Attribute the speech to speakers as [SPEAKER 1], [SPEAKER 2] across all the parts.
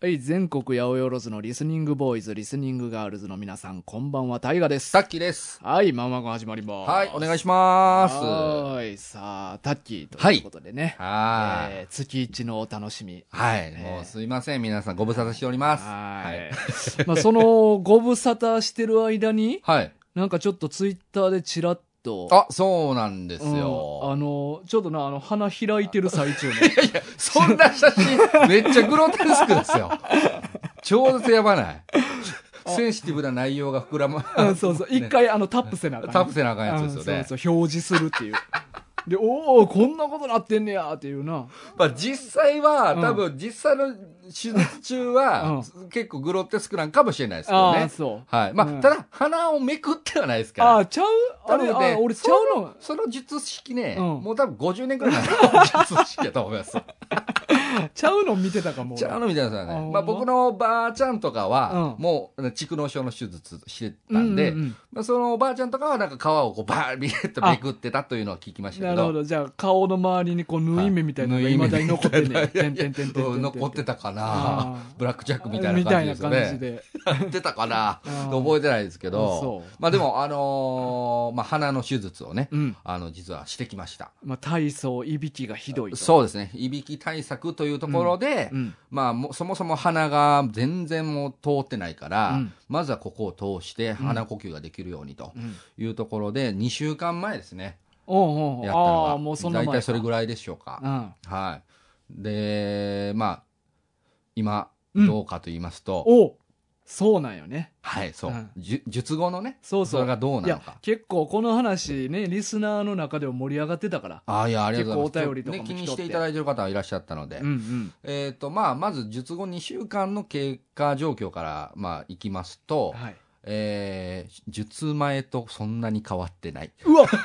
[SPEAKER 1] はい、全国八百万のリスニングボーイズ、リスニングガールズの皆さん、こんばんは、タイガです。
[SPEAKER 2] さっきです。
[SPEAKER 1] はい、マンマゴン始まります。
[SPEAKER 2] はい、お願いし
[SPEAKER 1] ま
[SPEAKER 2] ます。は
[SPEAKER 1] はーい、さあ、タッキーと
[SPEAKER 2] はいいう
[SPEAKER 1] ことでね、
[SPEAKER 2] ーい。
[SPEAKER 1] えー月一のお楽しみ。
[SPEAKER 2] はい、
[SPEAKER 1] ね
[SPEAKER 2] もうすいません、皆さんご無沙汰しております。
[SPEAKER 1] は
[SPEAKER 2] はいい。
[SPEAKER 1] まあ、その、ご無沙汰してる間に、
[SPEAKER 2] はい。
[SPEAKER 1] なんかちょっとツイッターでチラッと、
[SPEAKER 2] あ、そうなんです
[SPEAKER 1] うんあ
[SPEAKER 2] よ。
[SPEAKER 1] の、ちょっとな、あの、花開いてる最 中の。
[SPEAKER 2] そんな写 真、めっちゃグロテスクですよ。超絶やばない。センシティブな内容が膨らま、
[SPEAKER 1] うんそうそう。一回、あの、タップせなあかん
[SPEAKER 2] タップせなあかんやつですよね
[SPEAKER 1] うんそうそう、表示するっていう。で、おおこんなことなってんねやっていうな。
[SPEAKER 2] まあ実際は、
[SPEAKER 1] うん
[SPEAKER 2] 多分実際の手術中は、結構グロテスクなんかもしれないですけ
[SPEAKER 1] あ
[SPEAKER 2] ど
[SPEAKER 1] あー、
[SPEAKER 2] ね。
[SPEAKER 1] そう。
[SPEAKER 2] はい。まあ、
[SPEAKER 1] うん
[SPEAKER 2] ただ、鼻をめくってはないですから。
[SPEAKER 1] ああ、ちゃうあ
[SPEAKER 2] 多分
[SPEAKER 1] れ、
[SPEAKER 2] ね
[SPEAKER 1] あ俺ちゃうの
[SPEAKER 2] その術式ね、
[SPEAKER 1] うん
[SPEAKER 2] もう多分50年くらい前 の術式だと思います。
[SPEAKER 1] ちゃうの見てたかも。
[SPEAKER 2] ちゃうのみたいな
[SPEAKER 1] あほん
[SPEAKER 2] ね。ま
[SPEAKER 1] ま
[SPEAKER 2] あ僕のおばあちゃんとかは、
[SPEAKER 1] うん
[SPEAKER 2] もう蓄膿症の手術して
[SPEAKER 1] 俺
[SPEAKER 2] たんで、
[SPEAKER 1] うう
[SPEAKER 2] まあ、そのおばあちゃんとかはなんか皮をこうバービーっとめくってたというのは聞きま
[SPEAKER 1] う
[SPEAKER 2] し
[SPEAKER 1] んな
[SPEAKER 2] た
[SPEAKER 1] る
[SPEAKER 2] けど。
[SPEAKER 1] ほど。じゃあ、顔の周りにこう、縫い目みたいなのが
[SPEAKER 2] はい
[SPEAKER 1] 未だに残ってんねん。
[SPEAKER 2] 縫い目
[SPEAKER 1] てん
[SPEAKER 2] み
[SPEAKER 1] てんてんてんてんてん。
[SPEAKER 2] 残ってたか
[SPEAKER 1] あ
[SPEAKER 2] な
[SPEAKER 1] ー
[SPEAKER 2] ブラックジャックみたい
[SPEAKER 1] み
[SPEAKER 2] な
[SPEAKER 1] た
[SPEAKER 2] 感
[SPEAKER 1] い
[SPEAKER 2] じ
[SPEAKER 1] な
[SPEAKER 2] ですよ
[SPEAKER 1] 感じで。
[SPEAKER 2] ね。やってたかな
[SPEAKER 1] あー
[SPEAKER 2] 覚えてないですけ
[SPEAKER 1] あ
[SPEAKER 2] ど
[SPEAKER 1] そう。
[SPEAKER 2] まあでも、あのーまあ鼻の手術をね、
[SPEAKER 1] うん。
[SPEAKER 2] あの、実はしてきました。
[SPEAKER 1] まあ、体操、いびきがひどいと。
[SPEAKER 2] そうですね。いびき対策というところで、
[SPEAKER 1] うん。
[SPEAKER 2] まあ、もうそもそも鼻が全然もう通ってないから、
[SPEAKER 1] うん
[SPEAKER 2] まずはここを通して鼻呼吸ができるようにと
[SPEAKER 1] うん。
[SPEAKER 2] いうところで、2週間前ですね、
[SPEAKER 1] おうおう
[SPEAKER 2] やったの
[SPEAKER 1] あ
[SPEAKER 2] が。
[SPEAKER 1] あ、もうそんな前
[SPEAKER 2] 大
[SPEAKER 1] か。
[SPEAKER 2] 体それぐらいでしょうか。はい。で、まあ、今、
[SPEAKER 1] うん
[SPEAKER 2] どうかと言いますと、
[SPEAKER 1] うん。おそうなんよね。
[SPEAKER 2] はい、そう、
[SPEAKER 1] うん
[SPEAKER 2] じゅ術後のね、
[SPEAKER 1] そうそう。
[SPEAKER 2] それがどうないの
[SPEAKER 1] や
[SPEAKER 2] か。
[SPEAKER 1] 結構この話ねリスナーの中でも盛り上がってたから
[SPEAKER 2] ああ、いや、ありがとうござい
[SPEAKER 1] 結構
[SPEAKER 2] ま
[SPEAKER 1] お便りとかも
[SPEAKER 2] す。ね、気に
[SPEAKER 1] 来とっ
[SPEAKER 2] してていただいてる方はいらっしゃったので、
[SPEAKER 1] うんうん
[SPEAKER 2] えっ、と、まあ、まず術後2週間の経過状況から、まあ、いきますと、
[SPEAKER 1] はい、
[SPEAKER 2] えー、術前とそんなに変わってない。
[SPEAKER 1] うわ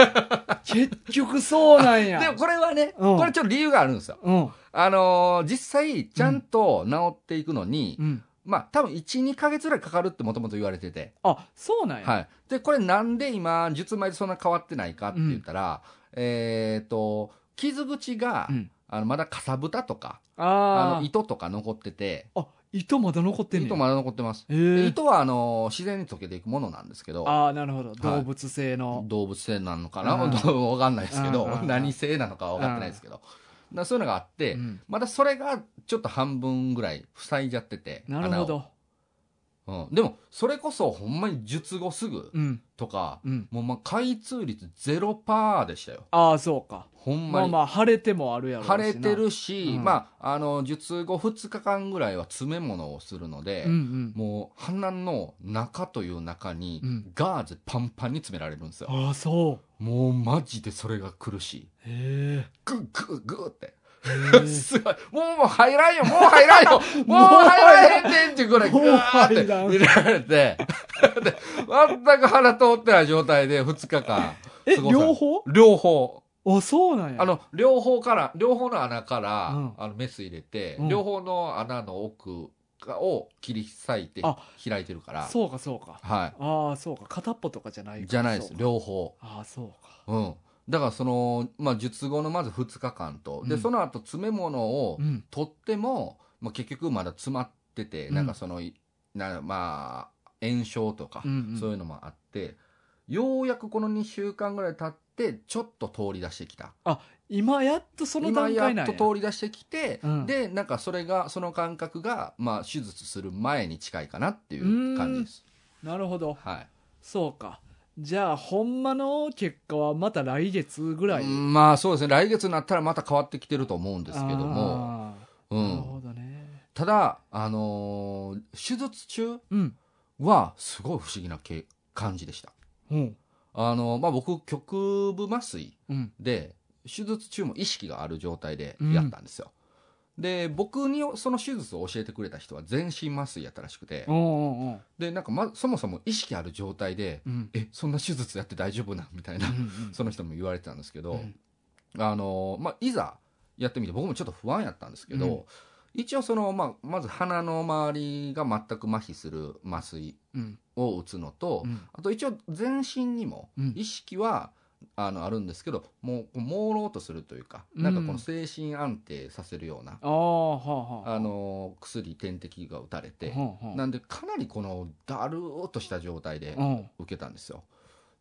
[SPEAKER 1] 結局そうなんや
[SPEAKER 2] でもこれはね、
[SPEAKER 1] うん
[SPEAKER 2] これちょっと理由があるんですよ。
[SPEAKER 1] うん
[SPEAKER 2] あのー実際、ちゃんと治っていくのに、
[SPEAKER 1] うん
[SPEAKER 2] まあ多分1、2ヶ月ぐらいかかるってもともと言われてて。
[SPEAKER 1] あそうなんや、
[SPEAKER 2] はい。で、これなんで今、術前とそんな変わってないかって言ったら、えっ、と、傷口が、
[SPEAKER 1] うん
[SPEAKER 2] あの、まだかさぶたとか、あ
[SPEAKER 1] あ
[SPEAKER 2] の、糸とか残ってて、
[SPEAKER 1] ああ糸まだ残ってんね
[SPEAKER 2] 糸まだ残ってます。
[SPEAKER 1] え
[SPEAKER 2] で
[SPEAKER 1] ー、
[SPEAKER 2] 糸は、あのー自然に溶けていくものなんですけど、
[SPEAKER 1] ああなるほど
[SPEAKER 2] はい
[SPEAKER 1] 動物性の、
[SPEAKER 2] 動物性なのかな
[SPEAKER 1] う
[SPEAKER 2] わ
[SPEAKER 1] ん
[SPEAKER 2] かんないですけど
[SPEAKER 1] うんうんう、ん
[SPEAKER 2] 何性なのかは分かってないですけど。だからそういうのがあって、
[SPEAKER 1] うん
[SPEAKER 2] またそれがちょっと半分ぐらい塞いじゃってて。
[SPEAKER 1] なるほど
[SPEAKER 2] 穴を。うん、でも、それこそほんまに術後すぐ
[SPEAKER 1] うん
[SPEAKER 2] とか、
[SPEAKER 1] うん
[SPEAKER 2] もうまあ開通率0%でしたよ。
[SPEAKER 1] ああそうか
[SPEAKER 2] ほん
[SPEAKER 1] ま
[SPEAKER 2] ま
[SPEAKER 1] あ
[SPEAKER 2] に。
[SPEAKER 1] まあ腫れてもあるやろうしな
[SPEAKER 2] 腫れてるし、
[SPEAKER 1] うん
[SPEAKER 2] まあ、あの、術後2日間ぐらいは詰め物をするので、
[SPEAKER 1] うんうん
[SPEAKER 2] もう鼻の中という中に
[SPEAKER 1] うん
[SPEAKER 2] ガーゼパンパンに詰められるんですよ。
[SPEAKER 1] ああそう
[SPEAKER 2] もうマジでそれが苦しい。
[SPEAKER 1] へ
[SPEAKER 2] グッグッグッって。
[SPEAKER 1] え
[SPEAKER 2] すごい。もうもう入らんよ、もう入ら んよ、もう入らへんねんっていうぐらい、ぐ
[SPEAKER 1] もう
[SPEAKER 2] わーって
[SPEAKER 1] 入らん
[SPEAKER 2] 入れられて、で全く鼻通ってない状態で2日間。
[SPEAKER 1] え
[SPEAKER 2] 過ごされ
[SPEAKER 1] 両方
[SPEAKER 2] 両方。
[SPEAKER 1] あそうなんや
[SPEAKER 2] あの、両方から、両方の穴から、
[SPEAKER 1] うん
[SPEAKER 2] あの、メス入れて、
[SPEAKER 1] うん
[SPEAKER 2] 両方の穴の奥を切り裂いて
[SPEAKER 1] あ
[SPEAKER 2] 開いてるから。
[SPEAKER 1] そうかそうか
[SPEAKER 2] は
[SPEAKER 1] ああそうか片っぽとかじゃない
[SPEAKER 2] い。
[SPEAKER 1] か
[SPEAKER 2] じゃないです
[SPEAKER 1] そう。か
[SPEAKER 2] 両方。
[SPEAKER 1] ああそうか
[SPEAKER 2] うん。だからその、まあ、術後のまず2日間と、
[SPEAKER 1] う
[SPEAKER 2] で、
[SPEAKER 1] ん
[SPEAKER 2] その後詰め物を、
[SPEAKER 1] うん
[SPEAKER 2] 取っても、まあ、結局まだ詰まってて、
[SPEAKER 1] うん
[SPEAKER 2] なんかそのいなまあ炎症とか、
[SPEAKER 1] うんうん
[SPEAKER 2] そういうのもあってようやくこの2週間ぐらい経ってちょっと通り出してきた
[SPEAKER 1] 今やっとその
[SPEAKER 2] 今
[SPEAKER 1] 段
[SPEAKER 2] や
[SPEAKER 1] 階な
[SPEAKER 2] っ
[SPEAKER 1] ん
[SPEAKER 2] と
[SPEAKER 1] や
[SPEAKER 2] 通り出してきて、
[SPEAKER 1] うん
[SPEAKER 2] でなんかそれがその感覚が、まあ、手術する前に近いかなっていう感じです、
[SPEAKER 1] なるほど
[SPEAKER 2] は
[SPEAKER 1] そうかじゃあほんまの結果はまた来月ぐらい
[SPEAKER 2] い、まあそうですね来月になったらまた変わってきてると思うんですけども、う
[SPEAKER 1] あーなる
[SPEAKER 2] ん、
[SPEAKER 1] ほどね
[SPEAKER 2] ただ、あのー手術中
[SPEAKER 1] うん
[SPEAKER 2] はすごい不思議なけ感じでした
[SPEAKER 1] うん
[SPEAKER 2] あの、まあ、僕、局部麻酔
[SPEAKER 1] うん
[SPEAKER 2] で、手術中も意識がある状態でやったんですよ。で、僕にその手術を教えてくれた人は全身麻酔やったらしくて
[SPEAKER 1] お、うんうん
[SPEAKER 2] で、なんかま、そもそも意識ある状態で、
[SPEAKER 1] うん
[SPEAKER 2] え、そんな手術やって大丈夫なんみたいな、その人も言われてたんですけど、
[SPEAKER 1] うん
[SPEAKER 2] あの、まあ、いざやってみて、僕もちょっと不安やったんですけど、
[SPEAKER 1] うん
[SPEAKER 2] 一応その、まあ、まず鼻の周りが全く麻痺する麻酔
[SPEAKER 1] うん
[SPEAKER 2] を打つのと、
[SPEAKER 1] うん
[SPEAKER 2] あと一応全身にも
[SPEAKER 1] うん
[SPEAKER 2] 意識は、あのあるんですけどもう朦朧とするというかなんかこの精神安定させるような、
[SPEAKER 1] ああ、はあ、はあ。
[SPEAKER 2] あの薬点滴が打たれて、
[SPEAKER 1] はあはあ
[SPEAKER 2] なんでかなりこのだるーっとした状態で
[SPEAKER 1] うん。
[SPEAKER 2] 受けたんですよ。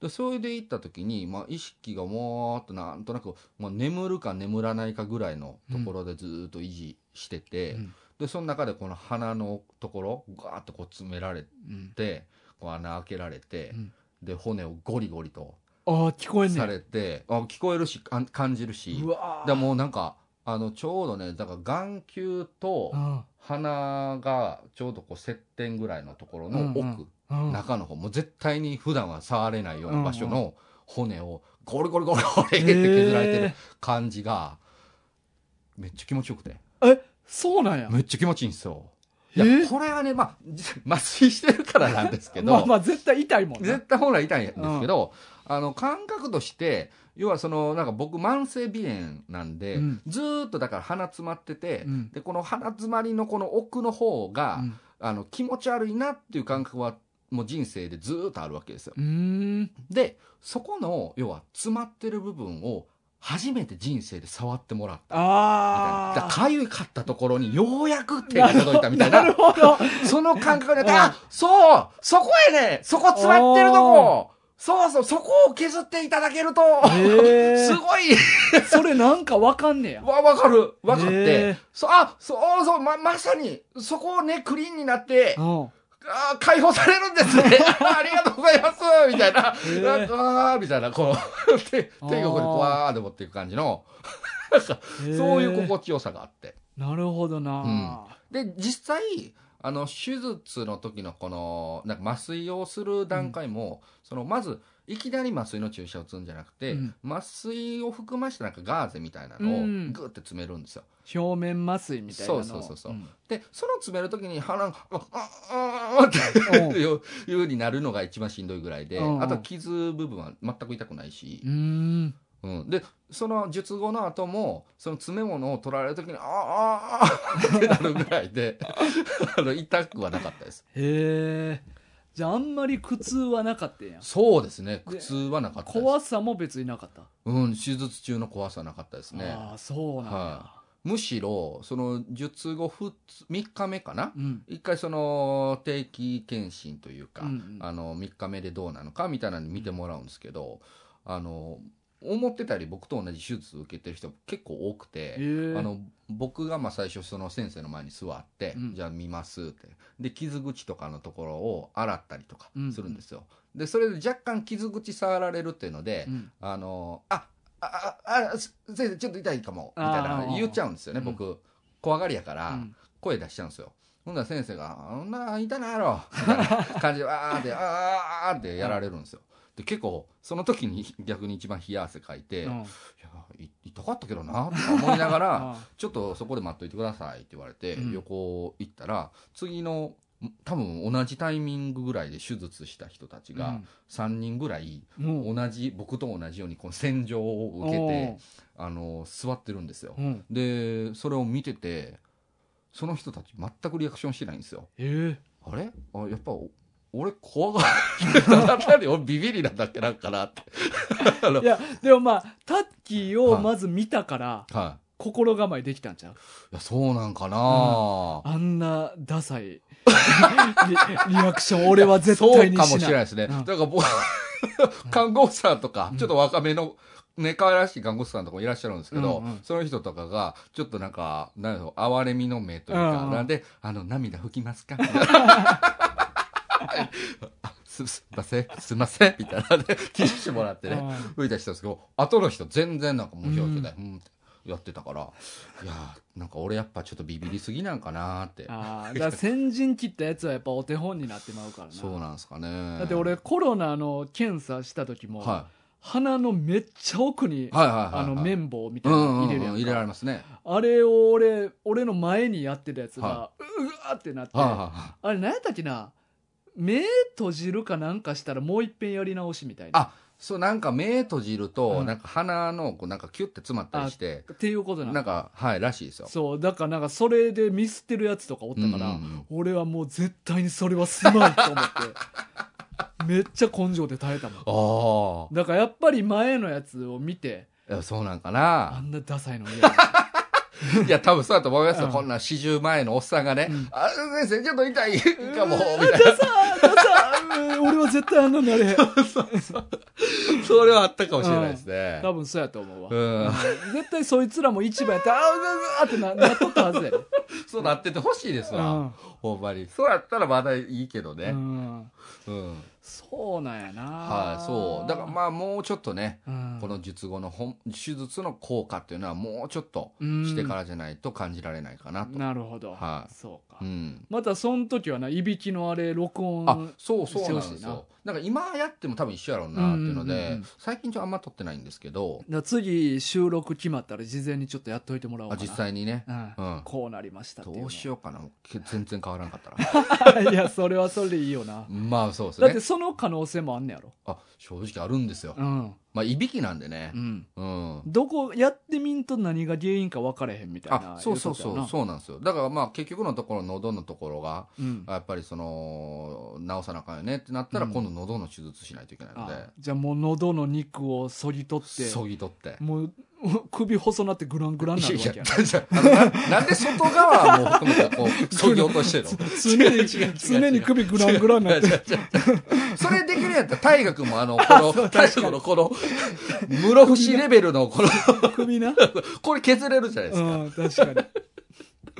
[SPEAKER 2] でそれで行った時に、まあ、意識がもーっとなんとなく、まあ、眠るか眠らないかぐらいのところでずーっと維持してて、
[SPEAKER 1] うん
[SPEAKER 2] でその中でこの鼻のところガーッとこう詰められ
[SPEAKER 1] うん。
[SPEAKER 2] てこう穴開けられて、
[SPEAKER 1] うん
[SPEAKER 2] で骨をゴリゴリと
[SPEAKER 1] ああ、聞こえんね
[SPEAKER 2] さ
[SPEAKER 1] ん。
[SPEAKER 2] れて、あ聞こえるしあ感じるし
[SPEAKER 1] うわー
[SPEAKER 2] でもうなんかあのちょうどねだから眼球と
[SPEAKER 1] うん。
[SPEAKER 2] 鼻がちょうどこう接点ぐらいのところの奥、
[SPEAKER 1] うんうん。
[SPEAKER 2] 中の方もう絶対に普段は触れないような場所
[SPEAKER 1] う
[SPEAKER 2] の骨をゴリゴリゴリゴリって削られてる感じがめっちゃ気持ちよくて
[SPEAKER 1] えー。え、そうなんや。
[SPEAKER 2] めっちゃ気持ちいいんですよ。い
[SPEAKER 1] えー
[SPEAKER 2] やこれはね、まあ、 実麻酔してるからなんですけ ど、
[SPEAKER 1] まあまあ、絶対痛いもんね。
[SPEAKER 2] 絶対本来痛いんですけど、あの感覚として要はそのなんか僕慢性鼻炎なんで、
[SPEAKER 1] うん
[SPEAKER 2] ずーっとだから鼻詰まってて、
[SPEAKER 1] うん
[SPEAKER 2] でこの鼻詰まりのこの奥の方が、
[SPEAKER 1] うん
[SPEAKER 2] あの気持ち悪いなっていう感覚はもう人生でずーっとあるわけですよ。
[SPEAKER 1] うーん。
[SPEAKER 2] でそこの要は詰まってる部分を初めて人生で触ってもらったみたいなだ
[SPEAKER 1] あ
[SPEAKER 2] かゆかったところにようやく手が
[SPEAKER 1] あ。
[SPEAKER 2] 届いたみたいな
[SPEAKER 1] なるほど。
[SPEAKER 2] その感覚で、
[SPEAKER 1] うん
[SPEAKER 2] あそうそこやねそこ詰まってるとこそうそうそこを削っていただけると、
[SPEAKER 1] へ え
[SPEAKER 2] すごい
[SPEAKER 1] それなんかわかんねや。
[SPEAKER 2] わ、わかるわかって、
[SPEAKER 1] へえ
[SPEAKER 2] そあ、そうそう、ま、まさに、そこをね、クリーンになって、
[SPEAKER 1] うん。
[SPEAKER 2] あー解放されるんで すねありがとうございますみたいな、
[SPEAKER 1] え
[SPEAKER 2] なんかあーみたいな、こう、 手、手がここにわーって持っていく感じの、そういう
[SPEAKER 1] こ。
[SPEAKER 2] 心地よさがあって。
[SPEAKER 1] なるほどな。
[SPEAKER 2] で実際あの手術の時のこのなんか麻酔をする段階も、そのまずいきなり麻酔の注射を打つんじゃなくて、
[SPEAKER 1] うん
[SPEAKER 2] 麻酔を含ましてなんかガーゼみたいなのを
[SPEAKER 1] う
[SPEAKER 2] グ
[SPEAKER 1] ん
[SPEAKER 2] ーって詰めるんですよ、
[SPEAKER 1] 表面麻酔みたいなのを。
[SPEAKER 2] そうそうそうそうんでその詰める時に鼻が「ああああ」っていうふうになるのが一番しんどいぐらいで、
[SPEAKER 1] うんうん
[SPEAKER 2] あとは傷部分は全く痛くないし
[SPEAKER 1] うー、ん。
[SPEAKER 2] うん、でその術後の後もその詰め物を取られる時に「ああああ」ってなるぐらいであの痛くはなかったです。
[SPEAKER 1] へえ。じゃあ、あんまり苦痛はなかったんや。
[SPEAKER 2] そうですね。
[SPEAKER 1] で
[SPEAKER 2] 苦痛はなかったです。
[SPEAKER 1] 怖さも別になかった。
[SPEAKER 2] うん、手術中の怖さはなかったですね。
[SPEAKER 1] ああ、そうなんや
[SPEAKER 2] は。むしろ、その術後ふつ3日目かな
[SPEAKER 1] うん。
[SPEAKER 2] 一回その定期検診というか、
[SPEAKER 1] うんうん
[SPEAKER 2] あの3日目でどうなのかみたいなのに見てもらうんですけど、あの思ってたより僕と同じ手術を受けてる人結構多くて、
[SPEAKER 1] へえ
[SPEAKER 2] あの僕がまあ最初その先生の前に座って、
[SPEAKER 1] うん
[SPEAKER 2] じゃあ見ますってで傷口とかのところを洗ったりとか
[SPEAKER 1] うん
[SPEAKER 2] するんですよ、でそれで若干傷口触られるっていうので、
[SPEAKER 1] うん
[SPEAKER 2] あのああああす先生ちょっと痛いかもみたい
[SPEAKER 1] あ
[SPEAKER 2] な
[SPEAKER 1] ー
[SPEAKER 2] 言っちゃうんですよね
[SPEAKER 1] うん
[SPEAKER 2] 僕、怖がりやから、
[SPEAKER 1] うん
[SPEAKER 2] 声出しちゃうんですよほんなら先生が「あんな痛ないやろ」みたいな感じでわーって「あーあー」ってやられるんですよで結構その時に逆に一番冷や汗かいて「
[SPEAKER 1] うん
[SPEAKER 2] いやい痛かったけどな」とか思いながら
[SPEAKER 1] ああ
[SPEAKER 2] ちょっとそこで待っといてくださいって言われて、
[SPEAKER 1] うん
[SPEAKER 2] 横行ったら、次の、多分同じタイミングぐらいで手術した人たちが、3人ぐらい、
[SPEAKER 1] うんもう
[SPEAKER 2] 同じ、僕と同じように、この洗浄を受けて、あの、座ってるんですよ
[SPEAKER 1] おう。うん
[SPEAKER 2] で、それを見てて、その人たち全くリアクションしてないんですよ。
[SPEAKER 1] え
[SPEAKER 2] あれあやっぱ、お俺怖がってただけで俺ビビりなんだっけなんかなって。あ
[SPEAKER 1] え
[SPEAKER 2] の
[SPEAKER 1] いやでもまあタッキーをまず見たから
[SPEAKER 2] は
[SPEAKER 1] 心構えできたんちゃう
[SPEAKER 2] い。いや、そうなんかな、
[SPEAKER 1] あんなダサいリリアクション俺は絶対に
[SPEAKER 2] そうかもし
[SPEAKER 1] し
[SPEAKER 2] れない
[SPEAKER 1] ない
[SPEAKER 2] ですね。
[SPEAKER 1] うん
[SPEAKER 2] だから僕、看護師さんとか、ちょっと若めの、ね、可愛らしい看護師さんとかもいらっしゃるんですけど、
[SPEAKER 1] うんうん
[SPEAKER 2] その人とかが、ちょっとなんか、なんやろ哀れみの目というか、
[SPEAKER 1] うんうん
[SPEAKER 2] なんで、あの、涙拭きますかあす、すいません、すいません、みたいなね、ティッシュもらってね、拭いたりしたんですけど、後の人全然なんか無表情で、うん、ってやってたから、いやーなんか俺やっぱちょっとビビりすぎなんかなーって。
[SPEAKER 1] ああだから先陣切ったやつはやっぱお手本になってまうからな
[SPEAKER 2] そうなんですかね。
[SPEAKER 1] だって俺、コロナの検査した時も、
[SPEAKER 2] は
[SPEAKER 1] 鼻のめっちゃ奥に、
[SPEAKER 2] い。はいはいはい、はい。
[SPEAKER 1] あの綿棒みた
[SPEAKER 2] う
[SPEAKER 1] い
[SPEAKER 2] ん
[SPEAKER 1] な
[SPEAKER 2] うん
[SPEAKER 1] の
[SPEAKER 2] う
[SPEAKER 1] 入
[SPEAKER 2] ん
[SPEAKER 1] れるやんか、
[SPEAKER 2] 入れられますね。
[SPEAKER 1] あれを俺俺の前にやってたやつが、
[SPEAKER 2] は
[SPEAKER 1] うわーってなって、
[SPEAKER 2] はいは
[SPEAKER 1] あれ何やったっけな目閉じるかなんかしたらもう一遍やり直しみたい
[SPEAKER 2] い。
[SPEAKER 1] な
[SPEAKER 2] あ、そう、なんか目閉じる
[SPEAKER 1] う
[SPEAKER 2] と、
[SPEAKER 1] ん
[SPEAKER 2] なんか鼻の、こう、なんかキュッて詰まったりして、
[SPEAKER 1] っていうことな
[SPEAKER 2] なんか、はい、らしいですよ。
[SPEAKER 1] そうだからなんかそれでミスってるやつとかおったから、
[SPEAKER 2] うんうんうん
[SPEAKER 1] 俺はもう絶対にそれはすまんと思って めっちゃ根性で耐えたもん
[SPEAKER 2] あ
[SPEAKER 1] だからやっぱり前のやつを見て
[SPEAKER 2] あいやそうなんか
[SPEAKER 1] あ
[SPEAKER 2] なん
[SPEAKER 1] なダサいの見や
[SPEAKER 2] いや多分そうだと思いますよ、
[SPEAKER 1] うん
[SPEAKER 2] こんな40前のおっさんがね「
[SPEAKER 1] うん
[SPEAKER 2] あ先生ちょっと痛いかも」み
[SPEAKER 1] ダ
[SPEAKER 2] たい
[SPEAKER 1] サダサうん俺は絶対あんなになれへん
[SPEAKER 2] なそれはあったかもしれないですね
[SPEAKER 1] 多分そうやと思うわ、
[SPEAKER 2] うん
[SPEAKER 1] 絶対そいつらも市場やったらあううううあってななっとったはずやで、
[SPEAKER 2] そうなっててほしいですわ、
[SPEAKER 1] うん
[SPEAKER 2] ほんまにそうやったらまだいいけど
[SPEAKER 1] う
[SPEAKER 2] ね
[SPEAKER 1] ん、
[SPEAKER 2] うん、
[SPEAKER 1] そうなんやな
[SPEAKER 2] はいそうだからまあもうちょっとね
[SPEAKER 1] うん
[SPEAKER 2] この術後の本手術の効果っていうのはもうちょっと
[SPEAKER 1] うん
[SPEAKER 2] してからじゃないと感じられないかなと
[SPEAKER 1] なるほど、
[SPEAKER 2] はい
[SPEAKER 1] そうか、
[SPEAKER 2] うん
[SPEAKER 1] またその時はないびきのあれ録
[SPEAKER 2] あ
[SPEAKER 1] 音
[SPEAKER 2] そうそうなん
[SPEAKER 1] してほ
[SPEAKER 2] で
[SPEAKER 1] しい
[SPEAKER 2] す
[SPEAKER 1] な
[SPEAKER 2] よなんか今やっても多分一緒やろうなっていうので、
[SPEAKER 1] うんうんうんうん
[SPEAKER 2] 最近ちょっとあんま撮ってないんですけど
[SPEAKER 1] だ次収録決まったら事前にちょっとやっといてもらおう
[SPEAKER 2] あ
[SPEAKER 1] かな
[SPEAKER 2] 実際にね、
[SPEAKER 1] うん
[SPEAKER 2] うん
[SPEAKER 1] こうなりましたっていう
[SPEAKER 2] どうしようかなけ全然変わらん かったら
[SPEAKER 1] ういやそれはそれでいいよな、
[SPEAKER 2] まあそうです
[SPEAKER 1] だって
[SPEAKER 2] ね
[SPEAKER 1] その可能性もあんねやろ
[SPEAKER 2] あ正直あるんですよ、
[SPEAKER 1] うん、
[SPEAKER 2] まあいびきなんでね
[SPEAKER 1] うん、
[SPEAKER 2] うん
[SPEAKER 1] どこやってみんと何が原因か分かれへんみたいな
[SPEAKER 2] あそうそう
[SPEAKER 1] い
[SPEAKER 2] そ
[SPEAKER 1] ことや
[SPEAKER 2] う
[SPEAKER 1] な
[SPEAKER 2] そうなんですよだからまあ結局のところ喉のところが
[SPEAKER 1] うん
[SPEAKER 2] やっぱりその治さなあかんよねってなったら
[SPEAKER 1] うん
[SPEAKER 2] 今度喉の手術しないといけないので、
[SPEAKER 1] あじゃあもう喉の肉をそぎ取って
[SPEAKER 2] そぎ取って。
[SPEAKER 1] もう首細なってグラングラン
[SPEAKER 2] い
[SPEAKER 1] にな
[SPEAKER 2] や
[SPEAKER 1] る
[SPEAKER 2] いや
[SPEAKER 1] わけやな
[SPEAKER 2] だからな なんで外側も含めて こう、そぎ落としてるの
[SPEAKER 1] 常に常に首グラングランになって
[SPEAKER 2] 違う違う違うそれできるんやったら、大学もあの、この、大学のこの、室伏レベルのこの、
[SPEAKER 1] 首な
[SPEAKER 2] これ削れるじゃないですか。
[SPEAKER 1] うん確かに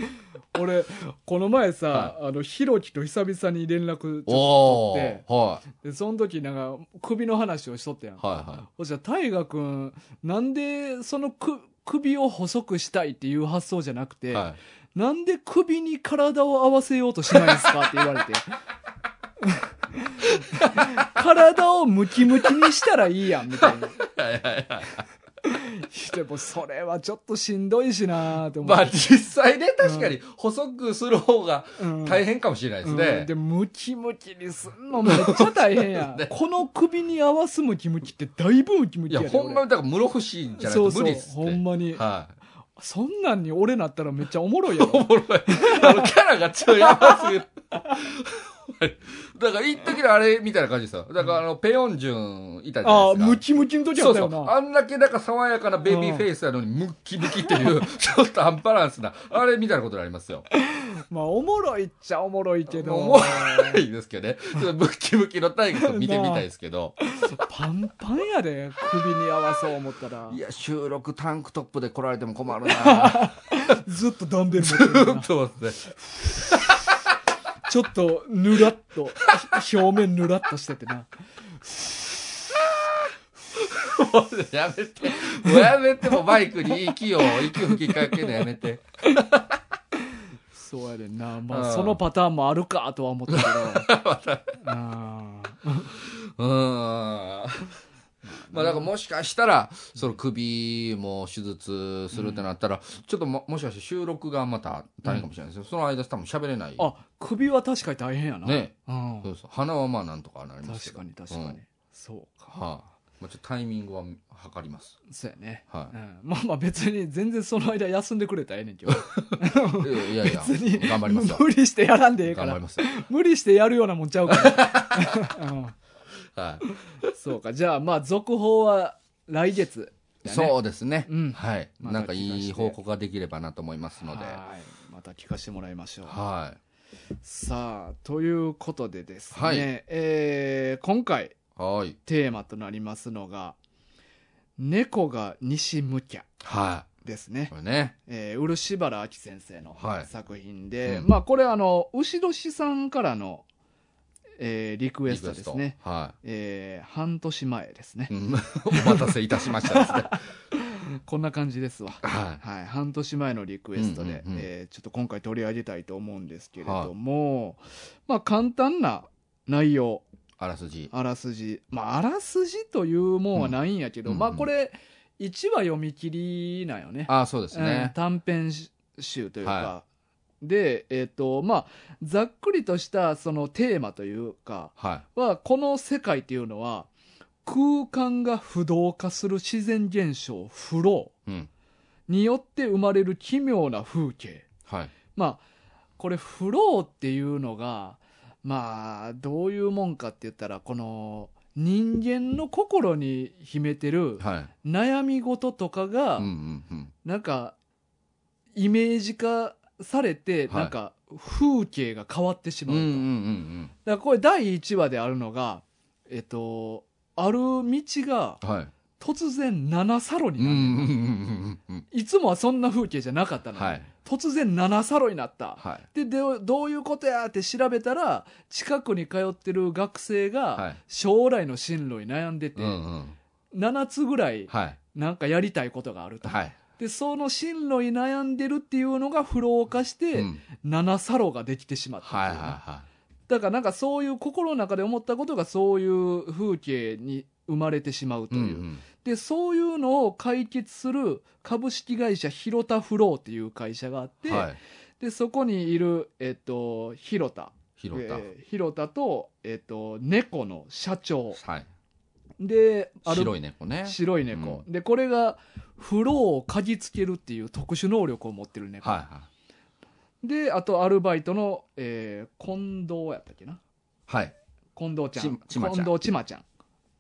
[SPEAKER 1] 俺この前さ、あのひろきと久々に連絡ちょ
[SPEAKER 2] お
[SPEAKER 1] っと取って
[SPEAKER 2] ー、はい、
[SPEAKER 1] でその時なんか首の話をしとったやん、
[SPEAKER 2] はい、はい。
[SPEAKER 1] そしたら大河君なんでそのく首を細くしたいっていう発想じゃなくて、
[SPEAKER 2] はい
[SPEAKER 1] なんで首に体を合わせようとしないんですかって言われて 体をムキムキにしたらいいやんみたいな でもそれはちょっとしんどいしなと思っ
[SPEAKER 2] まあ
[SPEAKER 1] て、
[SPEAKER 2] 実際ね、確かに細くする方が
[SPEAKER 1] うん
[SPEAKER 2] 大変かもしれないです
[SPEAKER 1] うん
[SPEAKER 2] ね
[SPEAKER 1] で。ムキムキにすんのめっちゃ大変 や、この首に合わすムキムキってだいぶムキム
[SPEAKER 2] い
[SPEAKER 1] キや
[SPEAKER 2] や、
[SPEAKER 1] で
[SPEAKER 2] ほんまにだから室伏じ
[SPEAKER 1] 俺
[SPEAKER 2] ゃない
[SPEAKER 1] そ
[SPEAKER 2] と
[SPEAKER 1] うそ
[SPEAKER 2] 無
[SPEAKER 1] う
[SPEAKER 2] 理っすって。
[SPEAKER 1] ほんまに、
[SPEAKER 2] はい。
[SPEAKER 1] そんなんに俺なったらめっちゃおもろいや
[SPEAKER 2] お
[SPEAKER 1] ろ
[SPEAKER 2] もろい。あの、キャラがちょっとやばすぎる。だから、一時のあれみたいな感じですよ。だから、あの、ペヨンジュンいたじゃ
[SPEAKER 1] ああ
[SPEAKER 2] ないですか。
[SPEAKER 1] ムキムキの時あ
[SPEAKER 2] そ
[SPEAKER 1] っ
[SPEAKER 2] う
[SPEAKER 1] た
[SPEAKER 2] そ
[SPEAKER 1] よ
[SPEAKER 2] う。
[SPEAKER 1] な
[SPEAKER 2] あんだけなんか爽やかなベビーフェイスなのに、ムッキムキっていう、 ちょっとアンバランスな、あれみたいなことになりますよ。
[SPEAKER 1] まあおもろいっちゃおもろいけど
[SPEAKER 2] おもろいですけどね。ちょっとムッキムキの体格見てみたいですけど。
[SPEAKER 1] パンパンやで首に合わそう思ったら
[SPEAKER 2] いや、収録タンクトップで来られても困るな
[SPEAKER 1] ずっとダンベル持ってるな
[SPEAKER 2] そうですね。
[SPEAKER 1] ちょっとぬらっとひ表面ぬらっとしててな
[SPEAKER 2] もうやめて。もうやめて、もうマイクに息を、息吹きかけるのやめて。
[SPEAKER 1] そうやでんなま
[SPEAKER 2] う
[SPEAKER 1] あ
[SPEAKER 2] ん
[SPEAKER 1] そのパターンもあるかとは思ったけど あー
[SPEAKER 2] うーん。まあだからもしかしたら、その首も手術するってなったら、ちょっとももしかして収録がまた大変かもしれないですよ。その間多分喋れない。
[SPEAKER 1] あ首は確かに大変やな
[SPEAKER 2] ね。
[SPEAKER 1] うん
[SPEAKER 2] そうそう。鼻はまあなんとかなりますけ
[SPEAKER 1] 確
[SPEAKER 2] ど。
[SPEAKER 1] かに確かに、
[SPEAKER 2] うん
[SPEAKER 1] そうか
[SPEAKER 2] はあ。まあちょっとタイミングは測り ます。
[SPEAKER 1] そうやね
[SPEAKER 2] は
[SPEAKER 1] うん、まあまあ別に全然その間休んでくれたらええねんけど
[SPEAKER 2] い。いやいや、
[SPEAKER 1] 別に
[SPEAKER 2] 頑張りますよ。
[SPEAKER 1] 無理してやらんでええか
[SPEAKER 2] 頑張
[SPEAKER 1] ら
[SPEAKER 2] りますよ。
[SPEAKER 1] 無理してやるようなもんちゃうから、 うん
[SPEAKER 2] はい。
[SPEAKER 1] そうかじゃあまあ続報は来月だね
[SPEAKER 2] そうですね。
[SPEAKER 1] うん
[SPEAKER 2] はい。
[SPEAKER 1] また
[SPEAKER 2] なんか
[SPEAKER 1] 聞か
[SPEAKER 2] い
[SPEAKER 1] せ
[SPEAKER 2] い
[SPEAKER 1] て
[SPEAKER 2] 報告ができればなと思いますので。
[SPEAKER 1] はいまた聞かせてもらいましょう
[SPEAKER 2] は
[SPEAKER 1] さあということでですね、
[SPEAKER 2] はい
[SPEAKER 1] えー今回
[SPEAKER 2] い。はい。
[SPEAKER 1] テーマとなりますのが「猫が西向きゃ
[SPEAKER 2] は」
[SPEAKER 1] ですね
[SPEAKER 2] い。こ、れね。
[SPEAKER 1] えー漆原明先生の
[SPEAKER 2] はい
[SPEAKER 1] 作品で、
[SPEAKER 2] うん
[SPEAKER 1] まあこれあの牛年さんからの、えーリクエストです
[SPEAKER 2] リクエ
[SPEAKER 1] ね
[SPEAKER 2] スト。はい。
[SPEAKER 1] えー半年前ですね
[SPEAKER 2] う、ん お待たせいたしましたですね。
[SPEAKER 1] こんな感じですわ
[SPEAKER 2] は
[SPEAKER 1] はい、半年前のリクエストで、
[SPEAKER 2] うんうんうん
[SPEAKER 1] えーちょっと今回取り上げたいと思うんですけれども、まあ簡単な内容
[SPEAKER 2] い。あらすじ。
[SPEAKER 1] あらすじまああらすじというもんはないんやけど、
[SPEAKER 2] うん
[SPEAKER 1] まあ
[SPEAKER 2] うんうん
[SPEAKER 1] これ1話読み切りなんよね
[SPEAKER 2] あそうです
[SPEAKER 1] うん
[SPEAKER 2] ね。
[SPEAKER 1] 短編集というか、
[SPEAKER 2] は
[SPEAKER 1] でえっ、とまあざっくりとしたそのテーマというか
[SPEAKER 2] は
[SPEAKER 1] はこの世界っていうのは空間が不動化する自然現象フロー
[SPEAKER 2] い。うん。
[SPEAKER 1] によって生まれる奇妙な風景
[SPEAKER 2] はい。
[SPEAKER 1] まあこれフローっていうのがまあどういうもんかって言ったらこの人間の心に秘めてる
[SPEAKER 2] はい。
[SPEAKER 1] 悩み事とかが、
[SPEAKER 2] うんうんうん。
[SPEAKER 1] なんかイメージ化されて、
[SPEAKER 2] はい
[SPEAKER 1] なんか風景が変わってし
[SPEAKER 2] う
[SPEAKER 1] ま
[SPEAKER 2] ん
[SPEAKER 1] う
[SPEAKER 2] う
[SPEAKER 1] と、
[SPEAKER 2] んうん
[SPEAKER 1] だからこれ第1話であるのがえっとある道が
[SPEAKER 2] うん。はい。
[SPEAKER 1] 突然7サロに
[SPEAKER 2] うん
[SPEAKER 1] な
[SPEAKER 2] う
[SPEAKER 1] る、
[SPEAKER 2] んうんうんうんうん。
[SPEAKER 1] いつもはそんな風景じゃなかったのに、
[SPEAKER 2] はい。
[SPEAKER 1] 突然7サロになった、
[SPEAKER 2] はい。
[SPEAKER 1] ででどういうことやって調べたら近くに通ってる学生
[SPEAKER 2] は
[SPEAKER 1] が
[SPEAKER 2] い
[SPEAKER 1] 将来の進路に悩んでて、
[SPEAKER 2] うんうん。
[SPEAKER 1] 7つぐらい
[SPEAKER 2] はい。
[SPEAKER 1] なんかやりたいことがあると、
[SPEAKER 2] はい。
[SPEAKER 1] でその進路に悩んでるっていうのが不老化して、
[SPEAKER 2] うん
[SPEAKER 1] 7サロができてしまったってい
[SPEAKER 2] は
[SPEAKER 1] う
[SPEAKER 2] い
[SPEAKER 1] ね、
[SPEAKER 2] はいは
[SPEAKER 1] だからなんかそういう心の中で思ったことがそういう風景に生まれてしまう
[SPEAKER 2] い。
[SPEAKER 1] と
[SPEAKER 2] う
[SPEAKER 1] い
[SPEAKER 2] ん
[SPEAKER 1] う、
[SPEAKER 2] うん。
[SPEAKER 1] でそういうのを解決する株式会社ヒロタフローっていう会社があって、
[SPEAKER 2] はい。
[SPEAKER 1] でそこにいる、えっと、ヒロタ
[SPEAKER 2] 広田。
[SPEAKER 1] えー広田と、えっと、猫の社長
[SPEAKER 2] はい。
[SPEAKER 1] で
[SPEAKER 2] 白
[SPEAKER 1] い
[SPEAKER 2] い猫ね。
[SPEAKER 1] 白い猫、でこれがフローを嗅ぎつけるっていう特殊能力を持ってる猫、
[SPEAKER 2] はいは。
[SPEAKER 1] であとアルバイトの、えー近藤やったっけない
[SPEAKER 2] はい。
[SPEAKER 1] 近藤ちゃん
[SPEAKER 2] ちちまちゃん
[SPEAKER 1] 近藤ちまちゃ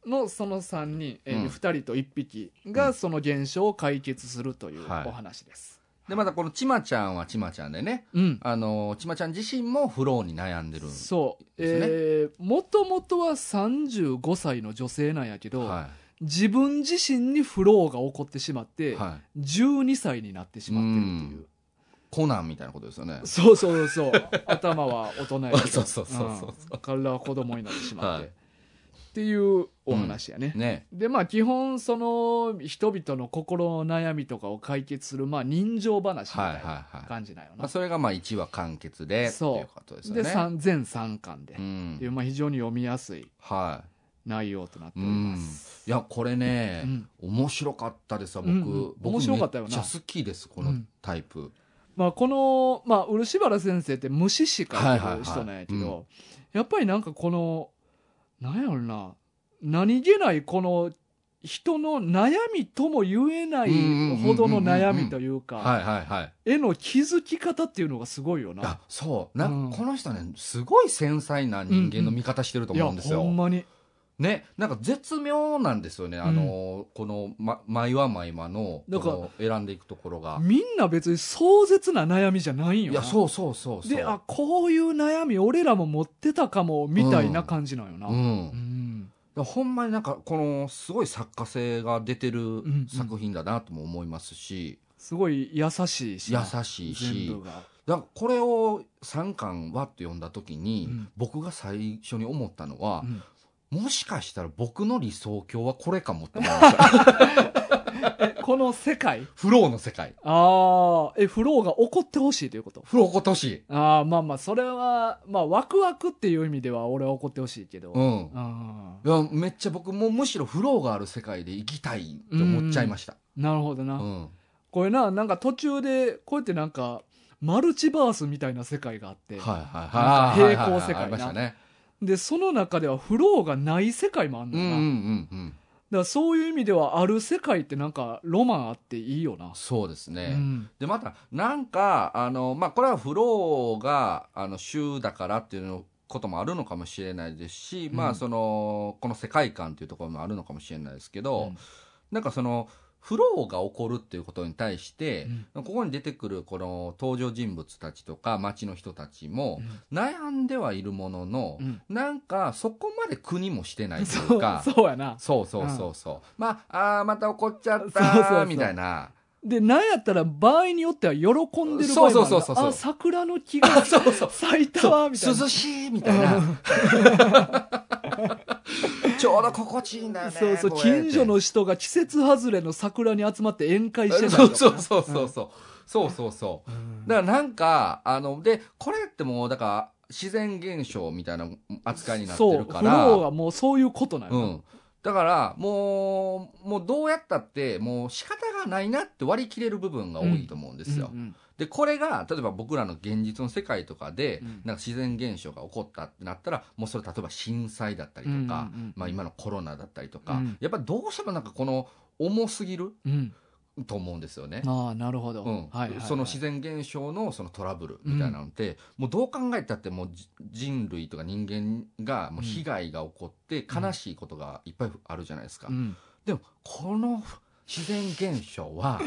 [SPEAKER 1] んのその3人、えー
[SPEAKER 2] うん
[SPEAKER 1] 2人と1匹
[SPEAKER 2] う
[SPEAKER 1] が
[SPEAKER 2] ん
[SPEAKER 1] その現象を解決するという
[SPEAKER 2] はい
[SPEAKER 1] お話です、
[SPEAKER 2] で、またこのちまちゃんはちまちゃんでね、
[SPEAKER 1] うん
[SPEAKER 2] あの、ちまちゃん自身もフローに悩んでる。
[SPEAKER 1] そう、
[SPEAKER 2] ですね
[SPEAKER 1] えー、もともとは35歳の女性なんやけど、
[SPEAKER 2] は
[SPEAKER 1] 自分自身にフローが起こってしまっ
[SPEAKER 2] い。
[SPEAKER 1] て、
[SPEAKER 2] はい。
[SPEAKER 1] 12歳になってしまってるっていう、
[SPEAKER 2] コナンみたいなことですよね。
[SPEAKER 1] そうそうそう 頭は大人やけど
[SPEAKER 2] そうそうそうそうそ
[SPEAKER 1] ん体は子供になってしまって、
[SPEAKER 2] はい
[SPEAKER 1] っていうお話やね、
[SPEAKER 2] ね。
[SPEAKER 1] でまあ基本その人々の心の悩みとかを解決する、まあ、人情話み
[SPEAKER 2] は
[SPEAKER 1] た
[SPEAKER 2] いはい
[SPEAKER 1] いな
[SPEAKER 2] はい。
[SPEAKER 1] 感じなんよな、
[SPEAKER 2] まあ、それがまあ1話完結でって
[SPEAKER 1] そう
[SPEAKER 2] いうことですよね。
[SPEAKER 1] で三全3巻で、
[SPEAKER 2] う、
[SPEAKER 1] っていうんまあ、非常に読みやすい
[SPEAKER 2] は
[SPEAKER 1] 内容となって
[SPEAKER 2] い。う
[SPEAKER 1] おりま
[SPEAKER 2] ん
[SPEAKER 1] す、、
[SPEAKER 2] いやこれね、
[SPEAKER 1] うん
[SPEAKER 2] 面白かったですわ僕、
[SPEAKER 1] うんうん
[SPEAKER 2] 僕
[SPEAKER 1] 面白かったよな
[SPEAKER 2] めっちゃ好きですこのタイプ、
[SPEAKER 1] まあ、この、まあ、漆原先生って虫師か
[SPEAKER 2] はいはい
[SPEAKER 1] ってる
[SPEAKER 2] はい
[SPEAKER 1] 人なんやけど、
[SPEAKER 2] うん
[SPEAKER 1] やっぱりなんかこのなんやろな何気ないこの人の悩みとも言えないほどの悩みというか
[SPEAKER 2] はいはいはい
[SPEAKER 1] 絵の気づき方っていうのがすごいよな
[SPEAKER 2] あそうな、
[SPEAKER 1] うん
[SPEAKER 2] この人ねすごい繊細な人間の見方してると
[SPEAKER 1] いや
[SPEAKER 2] 思うんですよ、
[SPEAKER 1] ほんまに
[SPEAKER 2] ねなんか絶妙なんですよねあの、この、ま「毎は毎はの」
[SPEAKER 1] なんか
[SPEAKER 2] この選んでいくところが
[SPEAKER 1] みんな別に壮絶な悩みじゃないんよ
[SPEAKER 2] い
[SPEAKER 1] な
[SPEAKER 2] やそうそうそうそう
[SPEAKER 1] であこういう悩み俺らも持ってたかもみたいな感じなんよな、
[SPEAKER 2] う、
[SPEAKER 1] うんん
[SPEAKER 2] ほんまになんかこのすごい作家性が出てる
[SPEAKER 1] んうん
[SPEAKER 2] 作品だなとも思いますし、
[SPEAKER 1] すごい優しいしな
[SPEAKER 2] 優しいし
[SPEAKER 1] 全部が
[SPEAKER 2] だからこれを3巻わっと読んだ時に、
[SPEAKER 1] うん
[SPEAKER 2] 僕が最初に思ったのは
[SPEAKER 1] う、ん
[SPEAKER 2] もしかしたら僕の理想郷はこれかもって思いま した
[SPEAKER 1] えこの世界
[SPEAKER 2] フローの世界
[SPEAKER 1] ああえフローが怒ってほしいということ
[SPEAKER 2] フロー今年
[SPEAKER 1] ああまあまあそれはまあワクワクっていう意味では俺は怒ってほしいけど、
[SPEAKER 2] う
[SPEAKER 1] あ
[SPEAKER 2] ん
[SPEAKER 1] あ
[SPEAKER 2] いやめっちゃ僕もむしろフローがある世界で生きたいって思っちゃいました、
[SPEAKER 1] なるほどな、
[SPEAKER 2] うん
[SPEAKER 1] これななんか途中でこうやってなんかマルチバースみたいな世界があって、
[SPEAKER 2] はいはいはい
[SPEAKER 1] なんか平行世界な
[SPEAKER 2] ありましたね
[SPEAKER 1] でその中ではフローがない世界もあるん
[SPEAKER 2] う
[SPEAKER 1] だ
[SPEAKER 2] ん
[SPEAKER 1] よ
[SPEAKER 2] うん
[SPEAKER 1] な、だ
[SPEAKER 2] うんうん
[SPEAKER 1] からそういう意味ではある世界ってなんかロマンあっていいよな、
[SPEAKER 2] そうですね、
[SPEAKER 1] うん
[SPEAKER 2] でまたなんかあの、まあ、これはフローがあの州だからっていうのこともあるのかもしれないですし、
[SPEAKER 1] うん
[SPEAKER 2] まあ、そのこの世界観っていうところもあるのかもしれないですけど、なんかそのフローが起こるっていうことに対して、ここに出てくるこの登場人物たちとか町の人たちも悩んではいるものの、
[SPEAKER 1] うん
[SPEAKER 2] なんかそこまで苦にもしてな
[SPEAKER 1] うん
[SPEAKER 2] いと
[SPEAKER 1] そ
[SPEAKER 2] いう
[SPEAKER 1] う
[SPEAKER 2] か。
[SPEAKER 1] そうやな
[SPEAKER 2] そうそうそうそう、まああーまた怒っちゃった
[SPEAKER 1] そうそうそう
[SPEAKER 2] ーみた いな
[SPEAKER 1] でなんやったら場合によっては喜んでる場合もある
[SPEAKER 2] そうそうそうそうそう
[SPEAKER 1] あ桜の木が
[SPEAKER 2] そうそう
[SPEAKER 1] 咲いたわみたいな
[SPEAKER 2] 涼しいみたいな、ちょうど心地いいんだよね
[SPEAKER 1] そうそう
[SPEAKER 2] これ
[SPEAKER 1] 近所の人が季節外れの桜に集まって宴会してたりと
[SPEAKER 2] そう
[SPEAKER 1] か
[SPEAKER 2] そうそうそうそうそうそうそう
[SPEAKER 1] うん
[SPEAKER 2] だからなんかあのでこれってもうだから自然現象みたいな扱いになって
[SPEAKER 1] そう
[SPEAKER 2] る
[SPEAKER 1] フ
[SPEAKER 2] か
[SPEAKER 1] ロー
[SPEAKER 2] ら
[SPEAKER 1] がもうそういうことな
[SPEAKER 2] う
[SPEAKER 1] の、
[SPEAKER 2] んだからもうもうどうやったってもう仕方がないなって割り切れる部分が多いと思うんですよ、
[SPEAKER 1] うんうん
[SPEAKER 2] でこれが例えば僕らの現実の世界とかで、
[SPEAKER 1] うん
[SPEAKER 2] なんか自然現象が起こったってなったらもうそれ例えば震災だったりと
[SPEAKER 1] う
[SPEAKER 2] か、
[SPEAKER 1] んうんうん
[SPEAKER 2] まあ、今のコロナだったりとか、
[SPEAKER 1] うん
[SPEAKER 2] やっぱどうしてもなんかこの重すぎる
[SPEAKER 1] うん
[SPEAKER 2] と思うんですよね。
[SPEAKER 1] ああなるほど、
[SPEAKER 2] うん
[SPEAKER 1] はいはいはい
[SPEAKER 2] その自然現象のそのトラブルみたいなのって、もうどう考えたってもうじ人類とか人間がもう被害が起こって悲しいことがいっぱいあるじゃないですか、
[SPEAKER 1] うん、
[SPEAKER 2] でもこの自然現象 は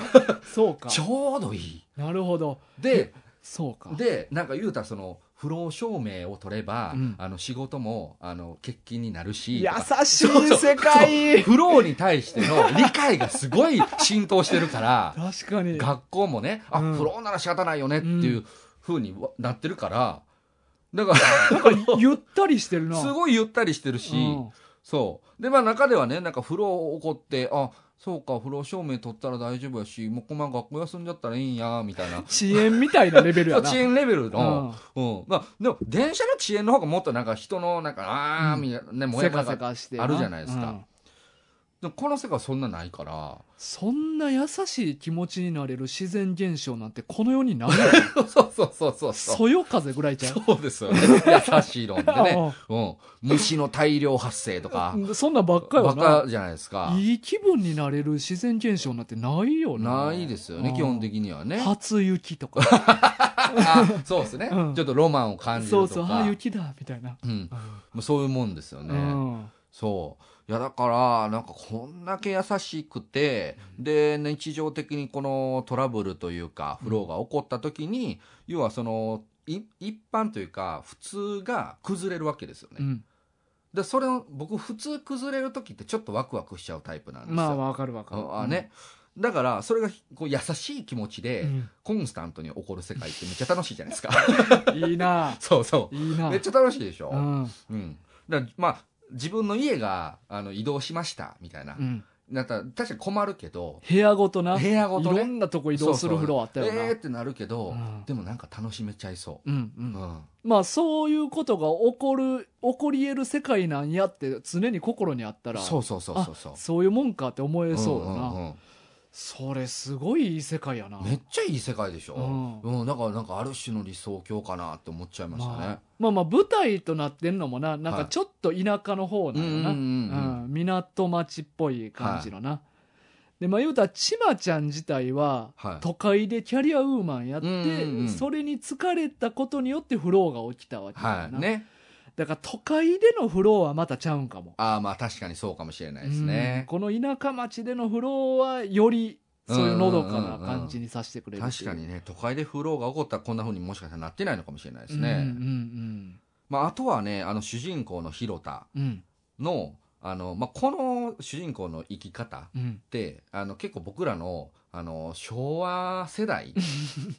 [SPEAKER 1] そうか
[SPEAKER 2] ちょうどいい
[SPEAKER 1] なるほど
[SPEAKER 2] で
[SPEAKER 1] そうか
[SPEAKER 2] でなんか言うたらその不老証明を取れば、
[SPEAKER 1] うん
[SPEAKER 2] あの仕事もあの欠勤になるし
[SPEAKER 1] 優
[SPEAKER 2] とか
[SPEAKER 1] しい世界
[SPEAKER 2] 不老に対しての理解がすごい浸透してる から
[SPEAKER 1] 確かに
[SPEAKER 2] 学校もね、あ、
[SPEAKER 1] うん
[SPEAKER 2] 不老なら仕方ないよねっていうう風にわなってるから、だ から、
[SPEAKER 1] ゆったりしてるな
[SPEAKER 2] すごいゆったりしてるし、
[SPEAKER 1] うん。
[SPEAKER 2] そう。で、まあ中ではね、なんか不老起こって、あ、そうか、不老証明取ったら大丈夫やし、もうこのまま学校休んじゃったらいいん や、みたいな
[SPEAKER 1] 遅延みたいなレベル
[SPEAKER 2] そ
[SPEAKER 1] や
[SPEAKER 2] う
[SPEAKER 1] な
[SPEAKER 2] 遅延レベル
[SPEAKER 1] うん
[SPEAKER 2] の、うん、まあ、でも、電車の遅延の方がもっとなんか人の、なんか、あー、
[SPEAKER 1] うん
[SPEAKER 2] みたいな、ね、も
[SPEAKER 1] せ
[SPEAKER 2] やもや
[SPEAKER 1] か
[SPEAKER 2] が
[SPEAKER 1] せかして
[SPEAKER 2] あるじゃないですか
[SPEAKER 1] うん
[SPEAKER 2] でもこの世界はそんなないから、
[SPEAKER 1] そんな優しい気持ちになれる自然現象なんてこの世にない
[SPEAKER 2] そうそうそうそう そう。
[SPEAKER 1] そよ風ぐらいじゃん、
[SPEAKER 2] そうですよね。優しい論でね。うん、虫の大量発生とか
[SPEAKER 1] そんなんばっかよ
[SPEAKER 2] バカ
[SPEAKER 1] な
[SPEAKER 2] じゃないですか。
[SPEAKER 1] いい気分になれる自然現象なんてないよな
[SPEAKER 2] ないですよね、
[SPEAKER 1] うん
[SPEAKER 2] 基本的にはね。
[SPEAKER 1] 初雪とか
[SPEAKER 2] あそうですね、
[SPEAKER 1] うん
[SPEAKER 2] ちょっとロマンを感じる
[SPEAKER 1] そ
[SPEAKER 2] と
[SPEAKER 1] う
[SPEAKER 2] か。
[SPEAKER 1] そうああ雪だみたいな、
[SPEAKER 2] うん、もうそういうもんですよ
[SPEAKER 1] う
[SPEAKER 2] ね。
[SPEAKER 1] ん
[SPEAKER 2] そう。いや、だから、なんかこんだけ優しくて、で、日常的にこのトラブルというか、
[SPEAKER 1] うん
[SPEAKER 2] フローが起こった時に、要はその、い一般というか、普通が崩れるわけですよね。
[SPEAKER 1] うん
[SPEAKER 2] で、それを、僕、普通崩れる時ってちょっとワクワクしちゃうタイプなんですよ。
[SPEAKER 1] まあわかるわかる
[SPEAKER 2] ああね、だからそれがこう優しい気持ち
[SPEAKER 1] う
[SPEAKER 2] で
[SPEAKER 1] ん
[SPEAKER 2] コンスタントに起こる世界ってめっちゃ楽しいじゃないですか
[SPEAKER 1] いいな
[SPEAKER 2] そうそ
[SPEAKER 1] いいうな
[SPEAKER 2] めっちゃ楽しいでしょ、う
[SPEAKER 1] うんん
[SPEAKER 2] だからまあ自分の家があの移動しましたみたいな、
[SPEAKER 1] うん
[SPEAKER 2] なったら確かに困るけど
[SPEAKER 1] 部屋ごとな
[SPEAKER 2] 部屋ごと
[SPEAKER 1] いろ
[SPEAKER 2] ね
[SPEAKER 1] んなとこ移動する
[SPEAKER 2] そうそう
[SPEAKER 1] フロアあった
[SPEAKER 2] え
[SPEAKER 1] よな
[SPEAKER 2] ーってなるけど、
[SPEAKER 1] うん
[SPEAKER 2] でもなんか楽しめちゃいそうう、うんん
[SPEAKER 1] うんまあそういうことが起こる起こり得る世界なんやって常に心にあったら
[SPEAKER 2] そうそうそうそうそう
[SPEAKER 1] あそういうもんかって思えそうだな、
[SPEAKER 2] んんん
[SPEAKER 1] それすごいいい世界やな
[SPEAKER 2] めっちゃいい世界でしょ、
[SPEAKER 1] う
[SPEAKER 2] うんだからなんかある種の理想郷かなって思っちゃいましたね、
[SPEAKER 1] まあ、まあまあ舞台となってんのもななん
[SPEAKER 2] は
[SPEAKER 1] か
[SPEAKER 2] い
[SPEAKER 1] ちょっと田舎の方なんよな、
[SPEAKER 2] うんうんうんうん
[SPEAKER 1] うん港町っぽい感じのな、でまあ言うたらちまちゃん自体は
[SPEAKER 2] はい
[SPEAKER 1] 都会でキャリアウーマンやって、
[SPEAKER 2] うんうんうん
[SPEAKER 1] それに疲れたことによってフローが起きたわけだ
[SPEAKER 2] はいね
[SPEAKER 1] だから都会でのフローはまたちゃうんかも
[SPEAKER 2] ああまあ確かにそうかもしれないです
[SPEAKER 1] うん
[SPEAKER 2] ね。
[SPEAKER 1] この田舎町でのフローはよりそういうのどかな感じにさせてくれるってい
[SPEAKER 2] 確
[SPEAKER 1] う
[SPEAKER 2] かにね都会でフローが起こったらこんな風にもしかしたらなってないのかもしれないです
[SPEAKER 1] うん
[SPEAKER 2] ね。
[SPEAKER 1] うん
[SPEAKER 2] まあ、あとはねあの主人公の広田
[SPEAKER 1] うんうん
[SPEAKER 2] のあの、まあ、この主人公の生き方っ
[SPEAKER 1] うん
[SPEAKER 2] てあの結構僕らのあの昭和世代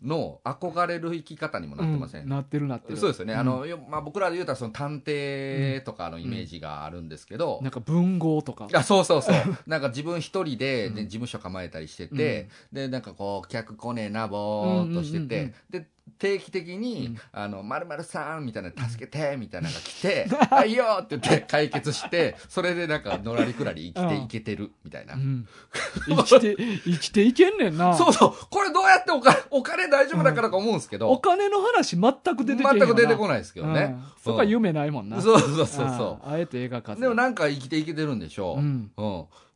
[SPEAKER 2] の憧れる生き方にもなってません、
[SPEAKER 1] うなってるなってる
[SPEAKER 2] そうですよね、
[SPEAKER 1] ん
[SPEAKER 2] あのよまあ、僕らで言うたらその探偵とかのイメージがあるんですけど、
[SPEAKER 1] なんか文豪とか
[SPEAKER 2] あそうそうそうなんか自分一人で、
[SPEAKER 1] うん
[SPEAKER 2] で事務所構えたりしてて、でなんかこう客来ねえなぼーっとしてて、
[SPEAKER 1] うんうん
[SPEAKER 2] で定期的に「
[SPEAKER 1] うん
[SPEAKER 2] あのまるまるさん」みたいな「助けて」みたいなのが来て「あいいよ」って言って解決してそれでなんかのらりくらり生きて
[SPEAKER 1] うん
[SPEAKER 2] いけてるみたいな。
[SPEAKER 1] うん生きて生きていけんねんな
[SPEAKER 2] そうそうこれどうやってお金お金大丈夫だからか思うんですけ
[SPEAKER 1] お
[SPEAKER 2] ど、
[SPEAKER 1] 金の話全く出てけへんよな
[SPEAKER 2] 全く出てこないですけどね、
[SPEAKER 1] うんそこは夢ないもんな
[SPEAKER 2] そうそうそうそ
[SPEAKER 1] あああえて映画化
[SPEAKER 2] うでもなんか生きていけてるんでしょう、
[SPEAKER 1] う
[SPEAKER 2] うん
[SPEAKER 1] ん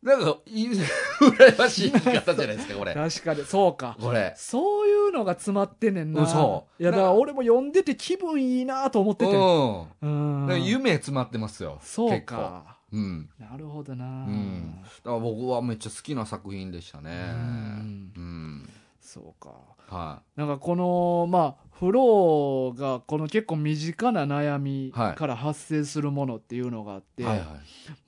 [SPEAKER 2] なんかいい羨ましい生き方じゃないですかこ れ
[SPEAKER 1] 確かにそうか
[SPEAKER 2] これ
[SPEAKER 1] そういうのが詰まってんねんな。
[SPEAKER 2] うんそう
[SPEAKER 1] いや、だから俺も読んでて気分いいなと思ってて。うん
[SPEAKER 2] うん、だから夢詰まってますよ
[SPEAKER 1] そうか。
[SPEAKER 2] 結構うん
[SPEAKER 1] なるほどな。
[SPEAKER 2] んだから僕はめっちゃ好きな作品でしたね
[SPEAKER 1] うん
[SPEAKER 2] うん
[SPEAKER 1] そうか。
[SPEAKER 2] は
[SPEAKER 1] なんかこの、まあ、フローがこの結構身近な悩み
[SPEAKER 2] はい
[SPEAKER 1] から発生するものっていうのがあっ
[SPEAKER 2] い
[SPEAKER 1] て、
[SPEAKER 2] はいはい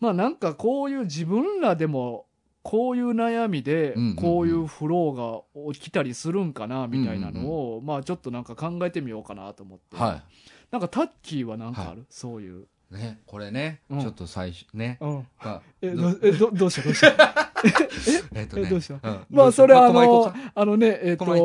[SPEAKER 1] まあなんかこういう自分らでもこういう悩みで
[SPEAKER 2] うんうんうん
[SPEAKER 1] こういうフローが起きたりするんかなみたいなのを、まあちょっとなんか考えてみようかなと思って、
[SPEAKER 2] は
[SPEAKER 1] なんかタッキーはなんかある、そういう。
[SPEAKER 2] いねこれね、
[SPEAKER 1] うん
[SPEAKER 2] ちょっと最初ね、
[SPEAKER 1] うん
[SPEAKER 2] まあ
[SPEAKER 1] え、
[SPEAKER 2] ど
[SPEAKER 1] どえどどうしたどうした
[SPEAKER 2] えっと
[SPEAKER 1] え
[SPEAKER 2] ね
[SPEAKER 1] どうした
[SPEAKER 2] ん
[SPEAKER 1] まあ、それはあ
[SPEAKER 2] どうしようま
[SPEAKER 1] の
[SPEAKER 2] あ、
[SPEAKER 1] あのね、えっ、
[SPEAKER 2] この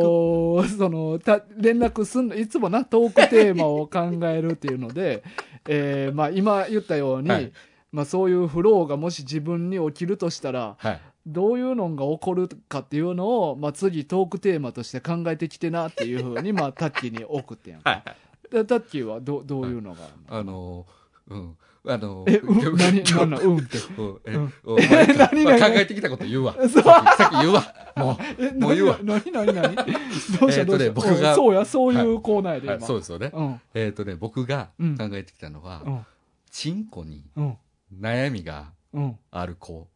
[SPEAKER 1] と、その、た、連絡すんの、いつもな、トークテーマを考えるっていうので、 えーまあ、今言ったように、
[SPEAKER 2] はい
[SPEAKER 1] まあ、そういうフローがもし自分に起きるとしたら、
[SPEAKER 2] はい
[SPEAKER 1] どういうのが起こるかっていうのを、まあ、次トークテーマとして考えてきてなっていうふうに、まあ、タッキーに送ってんやんか。でタッキーはど、どういうのがあるの
[SPEAKER 2] あのうんあの、
[SPEAKER 1] え、うん、何、
[SPEAKER 2] 今
[SPEAKER 1] 何
[SPEAKER 2] 日
[SPEAKER 1] な、うんって。
[SPEAKER 2] うんえ
[SPEAKER 1] うん
[SPEAKER 2] お前
[SPEAKER 1] 何
[SPEAKER 2] まあ
[SPEAKER 1] 何
[SPEAKER 2] 考えてきたこと言うわ。
[SPEAKER 1] そう
[SPEAKER 2] さっきさっき言う わ。も
[SPEAKER 1] え、
[SPEAKER 2] もう言うわ
[SPEAKER 1] 何、何、 何、何どうした、
[SPEAKER 2] えー
[SPEAKER 1] ど
[SPEAKER 2] と
[SPEAKER 1] うし
[SPEAKER 2] ね
[SPEAKER 1] た。
[SPEAKER 2] 僕が
[SPEAKER 1] うんそうや、そういうコーナーや
[SPEAKER 2] う、
[SPEAKER 1] で、
[SPEAKER 2] はい
[SPEAKER 1] 今。
[SPEAKER 2] そうですよね。
[SPEAKER 1] うん。
[SPEAKER 2] えっ、とね、僕が
[SPEAKER 1] うん
[SPEAKER 2] 考えてきたのは、
[SPEAKER 1] うん。
[SPEAKER 2] チンコに
[SPEAKER 1] うん。
[SPEAKER 2] 悩みが
[SPEAKER 1] うん。
[SPEAKER 2] ある子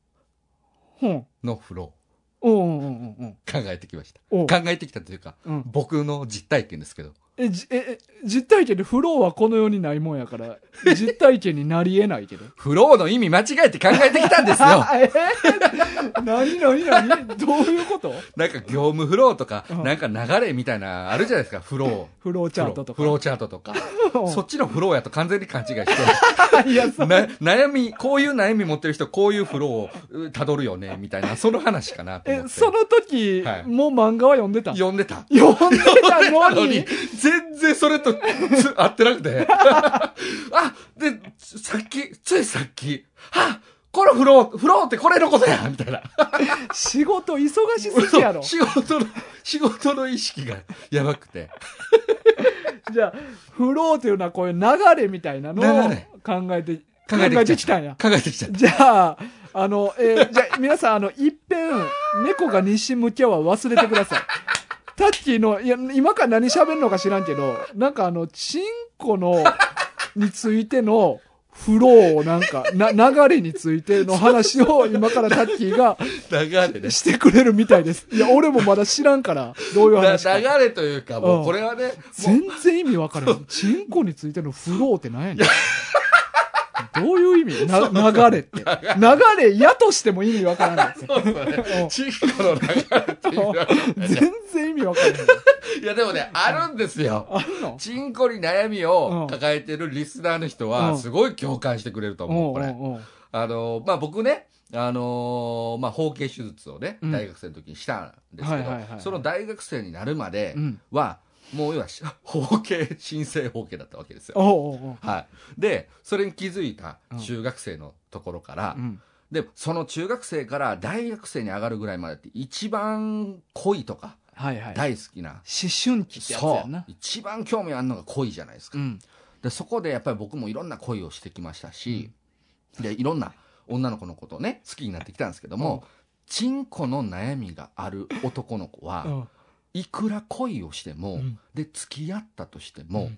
[SPEAKER 1] ほん。
[SPEAKER 2] のフロ
[SPEAKER 1] うん。うん。うん。うん。
[SPEAKER 2] ー、考えてきました。
[SPEAKER 1] おう
[SPEAKER 2] 考えてきたというか、
[SPEAKER 1] うん。
[SPEAKER 2] 僕の実体験ですけど、
[SPEAKER 1] え、じ、え、え実体験でフローはこの世にないもんやから、実体験になり得 ないけど。
[SPEAKER 2] フローの意味間違えて考えてきたんで すよ。
[SPEAKER 1] あえー、何何何どういうこと
[SPEAKER 2] なんか業務フローとか、
[SPEAKER 1] うん
[SPEAKER 2] なんか流れみたいな、あるじゃないですか、フロー。
[SPEAKER 1] フローチャートとか。
[SPEAKER 2] フローチャートと
[SPEAKER 1] う
[SPEAKER 2] か。
[SPEAKER 1] ん
[SPEAKER 2] そっちのフローやと完全に勘違いして、
[SPEAKER 1] いや、そう。
[SPEAKER 2] な悩み、こういう悩み持ってる人、こういうフローをう辿るよね、みたいな、 その話かなと思っ
[SPEAKER 1] え、
[SPEAKER 2] て。
[SPEAKER 1] その時、
[SPEAKER 2] はい
[SPEAKER 1] もう漫画は読んでた
[SPEAKER 2] 読んでた。
[SPEAKER 1] 読んでた
[SPEAKER 2] な
[SPEAKER 1] の
[SPEAKER 2] の
[SPEAKER 1] に
[SPEAKER 2] に、全然それとつ合ってなくて。 あ、で、さっき、ついさっき、あ、このフロー、フローってこれのことやみたいな。
[SPEAKER 1] 仕事忙しすぎやろ。
[SPEAKER 2] 仕事の、仕事の意識がやばくて。
[SPEAKER 1] じゃあ、フローというのはこういう流れみたいなのを
[SPEAKER 2] 流れ
[SPEAKER 1] 考えて、
[SPEAKER 2] 考えてきた
[SPEAKER 1] きたんや。
[SPEAKER 2] 考えてきちゃっ た。
[SPEAKER 1] じゃあ、あの、えーじゃあ皆さん、あの、いっぺん、猫が西向けは忘れてください。タッキーの、いや、今から何喋るのか知らんけど、なんかあの、チンコの、についての、フローをなんか、な、流れについての話を今からタッキーが
[SPEAKER 2] 流れね。
[SPEAKER 1] してくれるみたいです。いや、俺もまだ知らんから、どういう話か。
[SPEAKER 2] 流れというか、
[SPEAKER 1] う
[SPEAKER 2] も
[SPEAKER 1] ん
[SPEAKER 2] うこれはね、もう
[SPEAKER 1] 全然意味わからん。チンコについてのフローって何やねん。どういう意味な流れって。流れ、やとしても意味わからない。
[SPEAKER 2] そうですよね。チンコの流れっていうのは
[SPEAKER 1] 全然意味わからない。
[SPEAKER 2] いや、でもね、あるんですよ。
[SPEAKER 1] あんの
[SPEAKER 2] チンコに悩みを抱えてるリスナーの人
[SPEAKER 1] う
[SPEAKER 2] は、
[SPEAKER 1] ん
[SPEAKER 2] すごい共感してくれると思う、これ。
[SPEAKER 1] おうおうおう
[SPEAKER 2] あの、まあ、僕ね、あのーまあ、包茎手術をね、
[SPEAKER 1] うん
[SPEAKER 2] 大学生の時にしたんですけ
[SPEAKER 1] はいはいはいはい
[SPEAKER 2] ど、その大学生になるまで
[SPEAKER 1] うん
[SPEAKER 2] は、もう要は し、包茎、新生包茎だったわけですよ。
[SPEAKER 1] おうおうおう
[SPEAKER 2] はい。で、それに気づいた中学生のところから、
[SPEAKER 1] うん
[SPEAKER 2] で、その中学生から大学生に上がるぐらいまでって、一番恋とか、
[SPEAKER 1] はいはい。思
[SPEAKER 2] 大好きな、
[SPEAKER 1] 春期ってやつ
[SPEAKER 2] そ
[SPEAKER 1] や
[SPEAKER 2] う
[SPEAKER 1] な。。
[SPEAKER 2] 一番興味あるのが恋じゃないですか。
[SPEAKER 1] ん。
[SPEAKER 2] で、そこでやっぱり僕もいろんな恋をしてきましたし、で、いろんな女の子のことをね、好きになってきたんですけども、チンコの悩みがある男の子
[SPEAKER 1] う
[SPEAKER 2] は、
[SPEAKER 1] ん
[SPEAKER 2] いくら恋をしても、
[SPEAKER 1] うん
[SPEAKER 2] で、付き合ったとして
[SPEAKER 1] う
[SPEAKER 2] も、
[SPEAKER 1] ん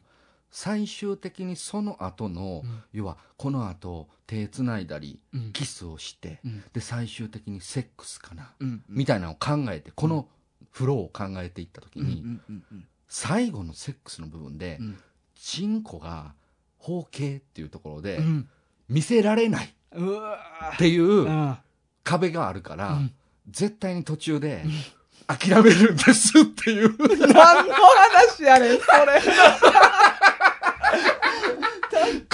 [SPEAKER 2] 最終的にその後の、
[SPEAKER 1] うん
[SPEAKER 2] 要は、この後、手繋いだり、
[SPEAKER 1] うん
[SPEAKER 2] キスをして、
[SPEAKER 1] うん
[SPEAKER 2] で、最終的にセックスかな、
[SPEAKER 1] うん
[SPEAKER 2] みたいなのを考えて、このフローを考えていった時
[SPEAKER 1] うん
[SPEAKER 2] に、
[SPEAKER 1] うんうんうん
[SPEAKER 2] 最後のセックスの部分で、
[SPEAKER 1] うん
[SPEAKER 2] チンコが包茎っていうところで、
[SPEAKER 1] うん
[SPEAKER 2] 見せられないっ
[SPEAKER 1] うわ
[SPEAKER 2] ていう
[SPEAKER 1] ー
[SPEAKER 2] 壁があるから、
[SPEAKER 1] うん
[SPEAKER 2] 絶対に途中で諦めるんですっていう。
[SPEAKER 1] 何の話やねん、それ。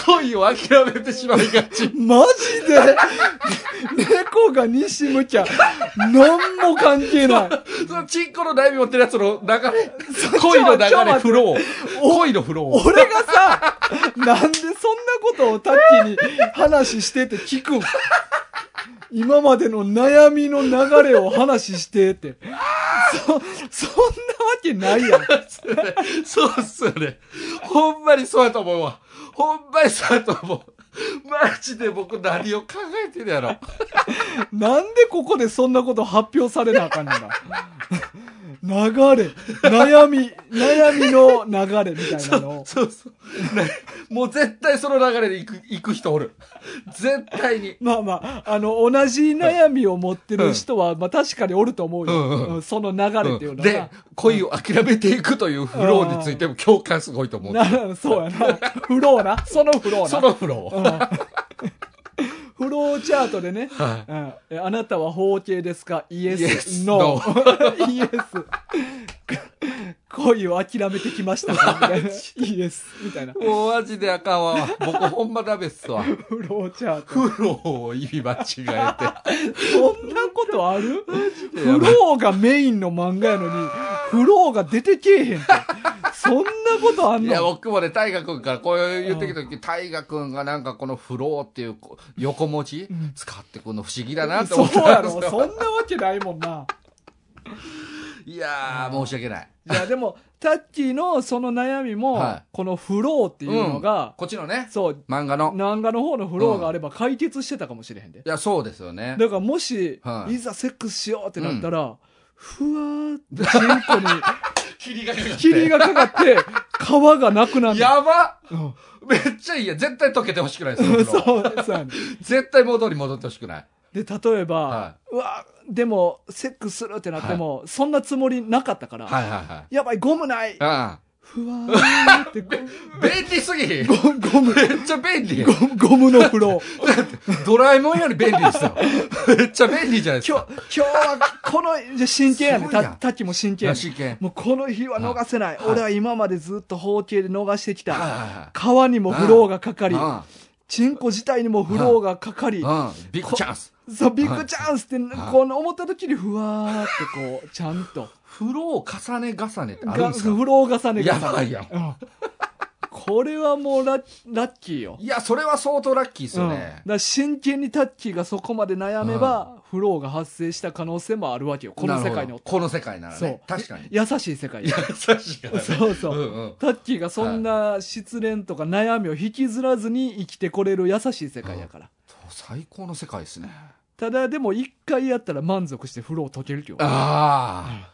[SPEAKER 2] 恋を諦めてしまいがち。
[SPEAKER 1] マジで猫が西向きゃ、何も関係ない。
[SPEAKER 2] そのチンコの悩み持ってるやつの流れ、
[SPEAKER 1] そ
[SPEAKER 2] 恋の流
[SPEAKER 1] ちょ待
[SPEAKER 2] れ、
[SPEAKER 1] って
[SPEAKER 2] フロー。恋のフロー。
[SPEAKER 1] 俺がさ、なんでそんなことをタッキーに話してって聞くん今までの悩みの流れを話してって。そ、そんなわけないやん。
[SPEAKER 2] そうっすよね。ほんまにそうやと思うわ。ほんまにそうやと思う。マジで僕何を考えてるやろ。
[SPEAKER 1] なんでここでそんなこと発表されなあかんねんな。流れ、悩み、悩みの流れみたいなのを。
[SPEAKER 2] そうそう。ね、もう絶対その流れで行く、行く人おる。絶対に。
[SPEAKER 1] まあまあ、あの、同じ悩みを持ってる人は、まあ確かにおると思うよ。
[SPEAKER 2] うんうん
[SPEAKER 1] うんその流れっていうのは
[SPEAKER 2] で
[SPEAKER 1] な。、
[SPEAKER 2] 恋を諦めていくというフローについても共感すごいと思う。
[SPEAKER 1] なそうやな。フローな。 そのフローな。
[SPEAKER 2] そのフロ
[SPEAKER 1] う
[SPEAKER 2] ー。
[SPEAKER 1] んフローチャートでね。
[SPEAKER 2] は
[SPEAKER 1] うん、えあなたは包茎ですかイエ
[SPEAKER 2] Yes
[SPEAKER 1] ス、ノー。 イエス。恋を諦めてきましたかみ たいな。イエス。みたいな。
[SPEAKER 2] い。もうマジであかんわ。僕ほんまダメっすわ。
[SPEAKER 1] フローチャート。
[SPEAKER 2] フローを意味間違えて。
[SPEAKER 1] そんなことある
[SPEAKER 2] で
[SPEAKER 1] フローがメインの漫画やのに、フローが出てけえへんって。そんなことあん
[SPEAKER 2] いや、
[SPEAKER 1] の
[SPEAKER 2] 僕もね、大河君からこう言ってきた時、大河君がなんかこのフローっていうこう横文字使ってくの不思議だな
[SPEAKER 1] そ
[SPEAKER 2] と思って
[SPEAKER 1] うや
[SPEAKER 2] たんで
[SPEAKER 1] ろ
[SPEAKER 2] す
[SPEAKER 1] そん
[SPEAKER 2] よ。
[SPEAKER 1] なわけないもんな。
[SPEAKER 2] いやー、申し訳ない。
[SPEAKER 1] じゃあでも、タッキーのその悩みも、
[SPEAKER 2] はい
[SPEAKER 1] このフローっていうのが、
[SPEAKER 2] こっちのね、
[SPEAKER 1] そう、
[SPEAKER 2] 漫画の。
[SPEAKER 1] 漫画の方のフローがあれば解決してたかもしれへんで。
[SPEAKER 2] いや、そうですよね。
[SPEAKER 1] だからもし、、
[SPEAKER 2] はいい
[SPEAKER 1] ざセックスしようってなったら、ふわーってチンコに
[SPEAKER 2] 霧がかかって
[SPEAKER 1] 霧がかかって、皮がなくなる。
[SPEAKER 2] やば
[SPEAKER 1] うん
[SPEAKER 2] めっちゃいいやん絶対溶けてほしくない です
[SPEAKER 1] そ
[SPEAKER 2] よ
[SPEAKER 1] う、
[SPEAKER 2] その
[SPEAKER 1] そうやね
[SPEAKER 2] 絶対元に戻ってほしくない。
[SPEAKER 1] で、例えば、
[SPEAKER 2] は
[SPEAKER 1] うわ、でも、セックスするってなっても、そんなつもりなかったから、
[SPEAKER 2] はいはいはい。
[SPEAKER 1] やばい、ゴムない
[SPEAKER 2] あ
[SPEAKER 1] ふわーってゴム、
[SPEAKER 2] あ。便利すぎ
[SPEAKER 1] ゴム、ゴム、
[SPEAKER 2] めっちゃ便利やん
[SPEAKER 1] ゴムゴムの風呂。
[SPEAKER 2] ドラえもんより便利ですよ。めっちゃ便利じゃないです
[SPEAKER 1] 今
[SPEAKER 2] か
[SPEAKER 1] 日、。今日は、この、じゃ真剣やね。
[SPEAKER 2] すごい
[SPEAKER 1] た
[SPEAKER 2] な
[SPEAKER 1] たっきも真剣やね。
[SPEAKER 2] 真剣
[SPEAKER 1] もうこの日は逃せない。
[SPEAKER 2] はい
[SPEAKER 1] 俺は今までずっと包茎で逃してきた。
[SPEAKER 2] はいはいはい
[SPEAKER 1] 川にもフローがかかり、
[SPEAKER 2] うん
[SPEAKER 1] チンコ自体にもフローがかかり、
[SPEAKER 2] うん。ビッグチャンス。
[SPEAKER 1] そう、ビッグチャンスって、
[SPEAKER 2] はい
[SPEAKER 1] この思った時にふわーってこう、ちゃんと。
[SPEAKER 2] フロー重ね重ねってある
[SPEAKER 1] が
[SPEAKER 2] んですか
[SPEAKER 1] フロー重ねが
[SPEAKER 2] やばいやん。
[SPEAKER 1] これはもうラッラッキーよ。
[SPEAKER 2] いや、それは相当ラッキーです
[SPEAKER 1] う
[SPEAKER 2] よ
[SPEAKER 1] ん、だ
[SPEAKER 2] ね
[SPEAKER 1] か。ら真剣にタッキーがそこまで悩めば、フローが発生した可能性もあるわけよこの世界にお
[SPEAKER 2] なるほ
[SPEAKER 1] っ
[SPEAKER 2] ど
[SPEAKER 1] て
[SPEAKER 2] この世界なら
[SPEAKER 1] そう
[SPEAKER 2] ね。確かに。
[SPEAKER 1] 優しい世界
[SPEAKER 2] い
[SPEAKER 1] よ
[SPEAKER 2] や、確かに。
[SPEAKER 1] そうそうう、
[SPEAKER 2] んうん。
[SPEAKER 1] タッキーがそんな失恋とか悩みを引きずらずに生きてこれる優しい世界やから、
[SPEAKER 2] 最高の世界ですね。
[SPEAKER 1] ただでも一回やったら満足してフロー解けるけど
[SPEAKER 2] ああ。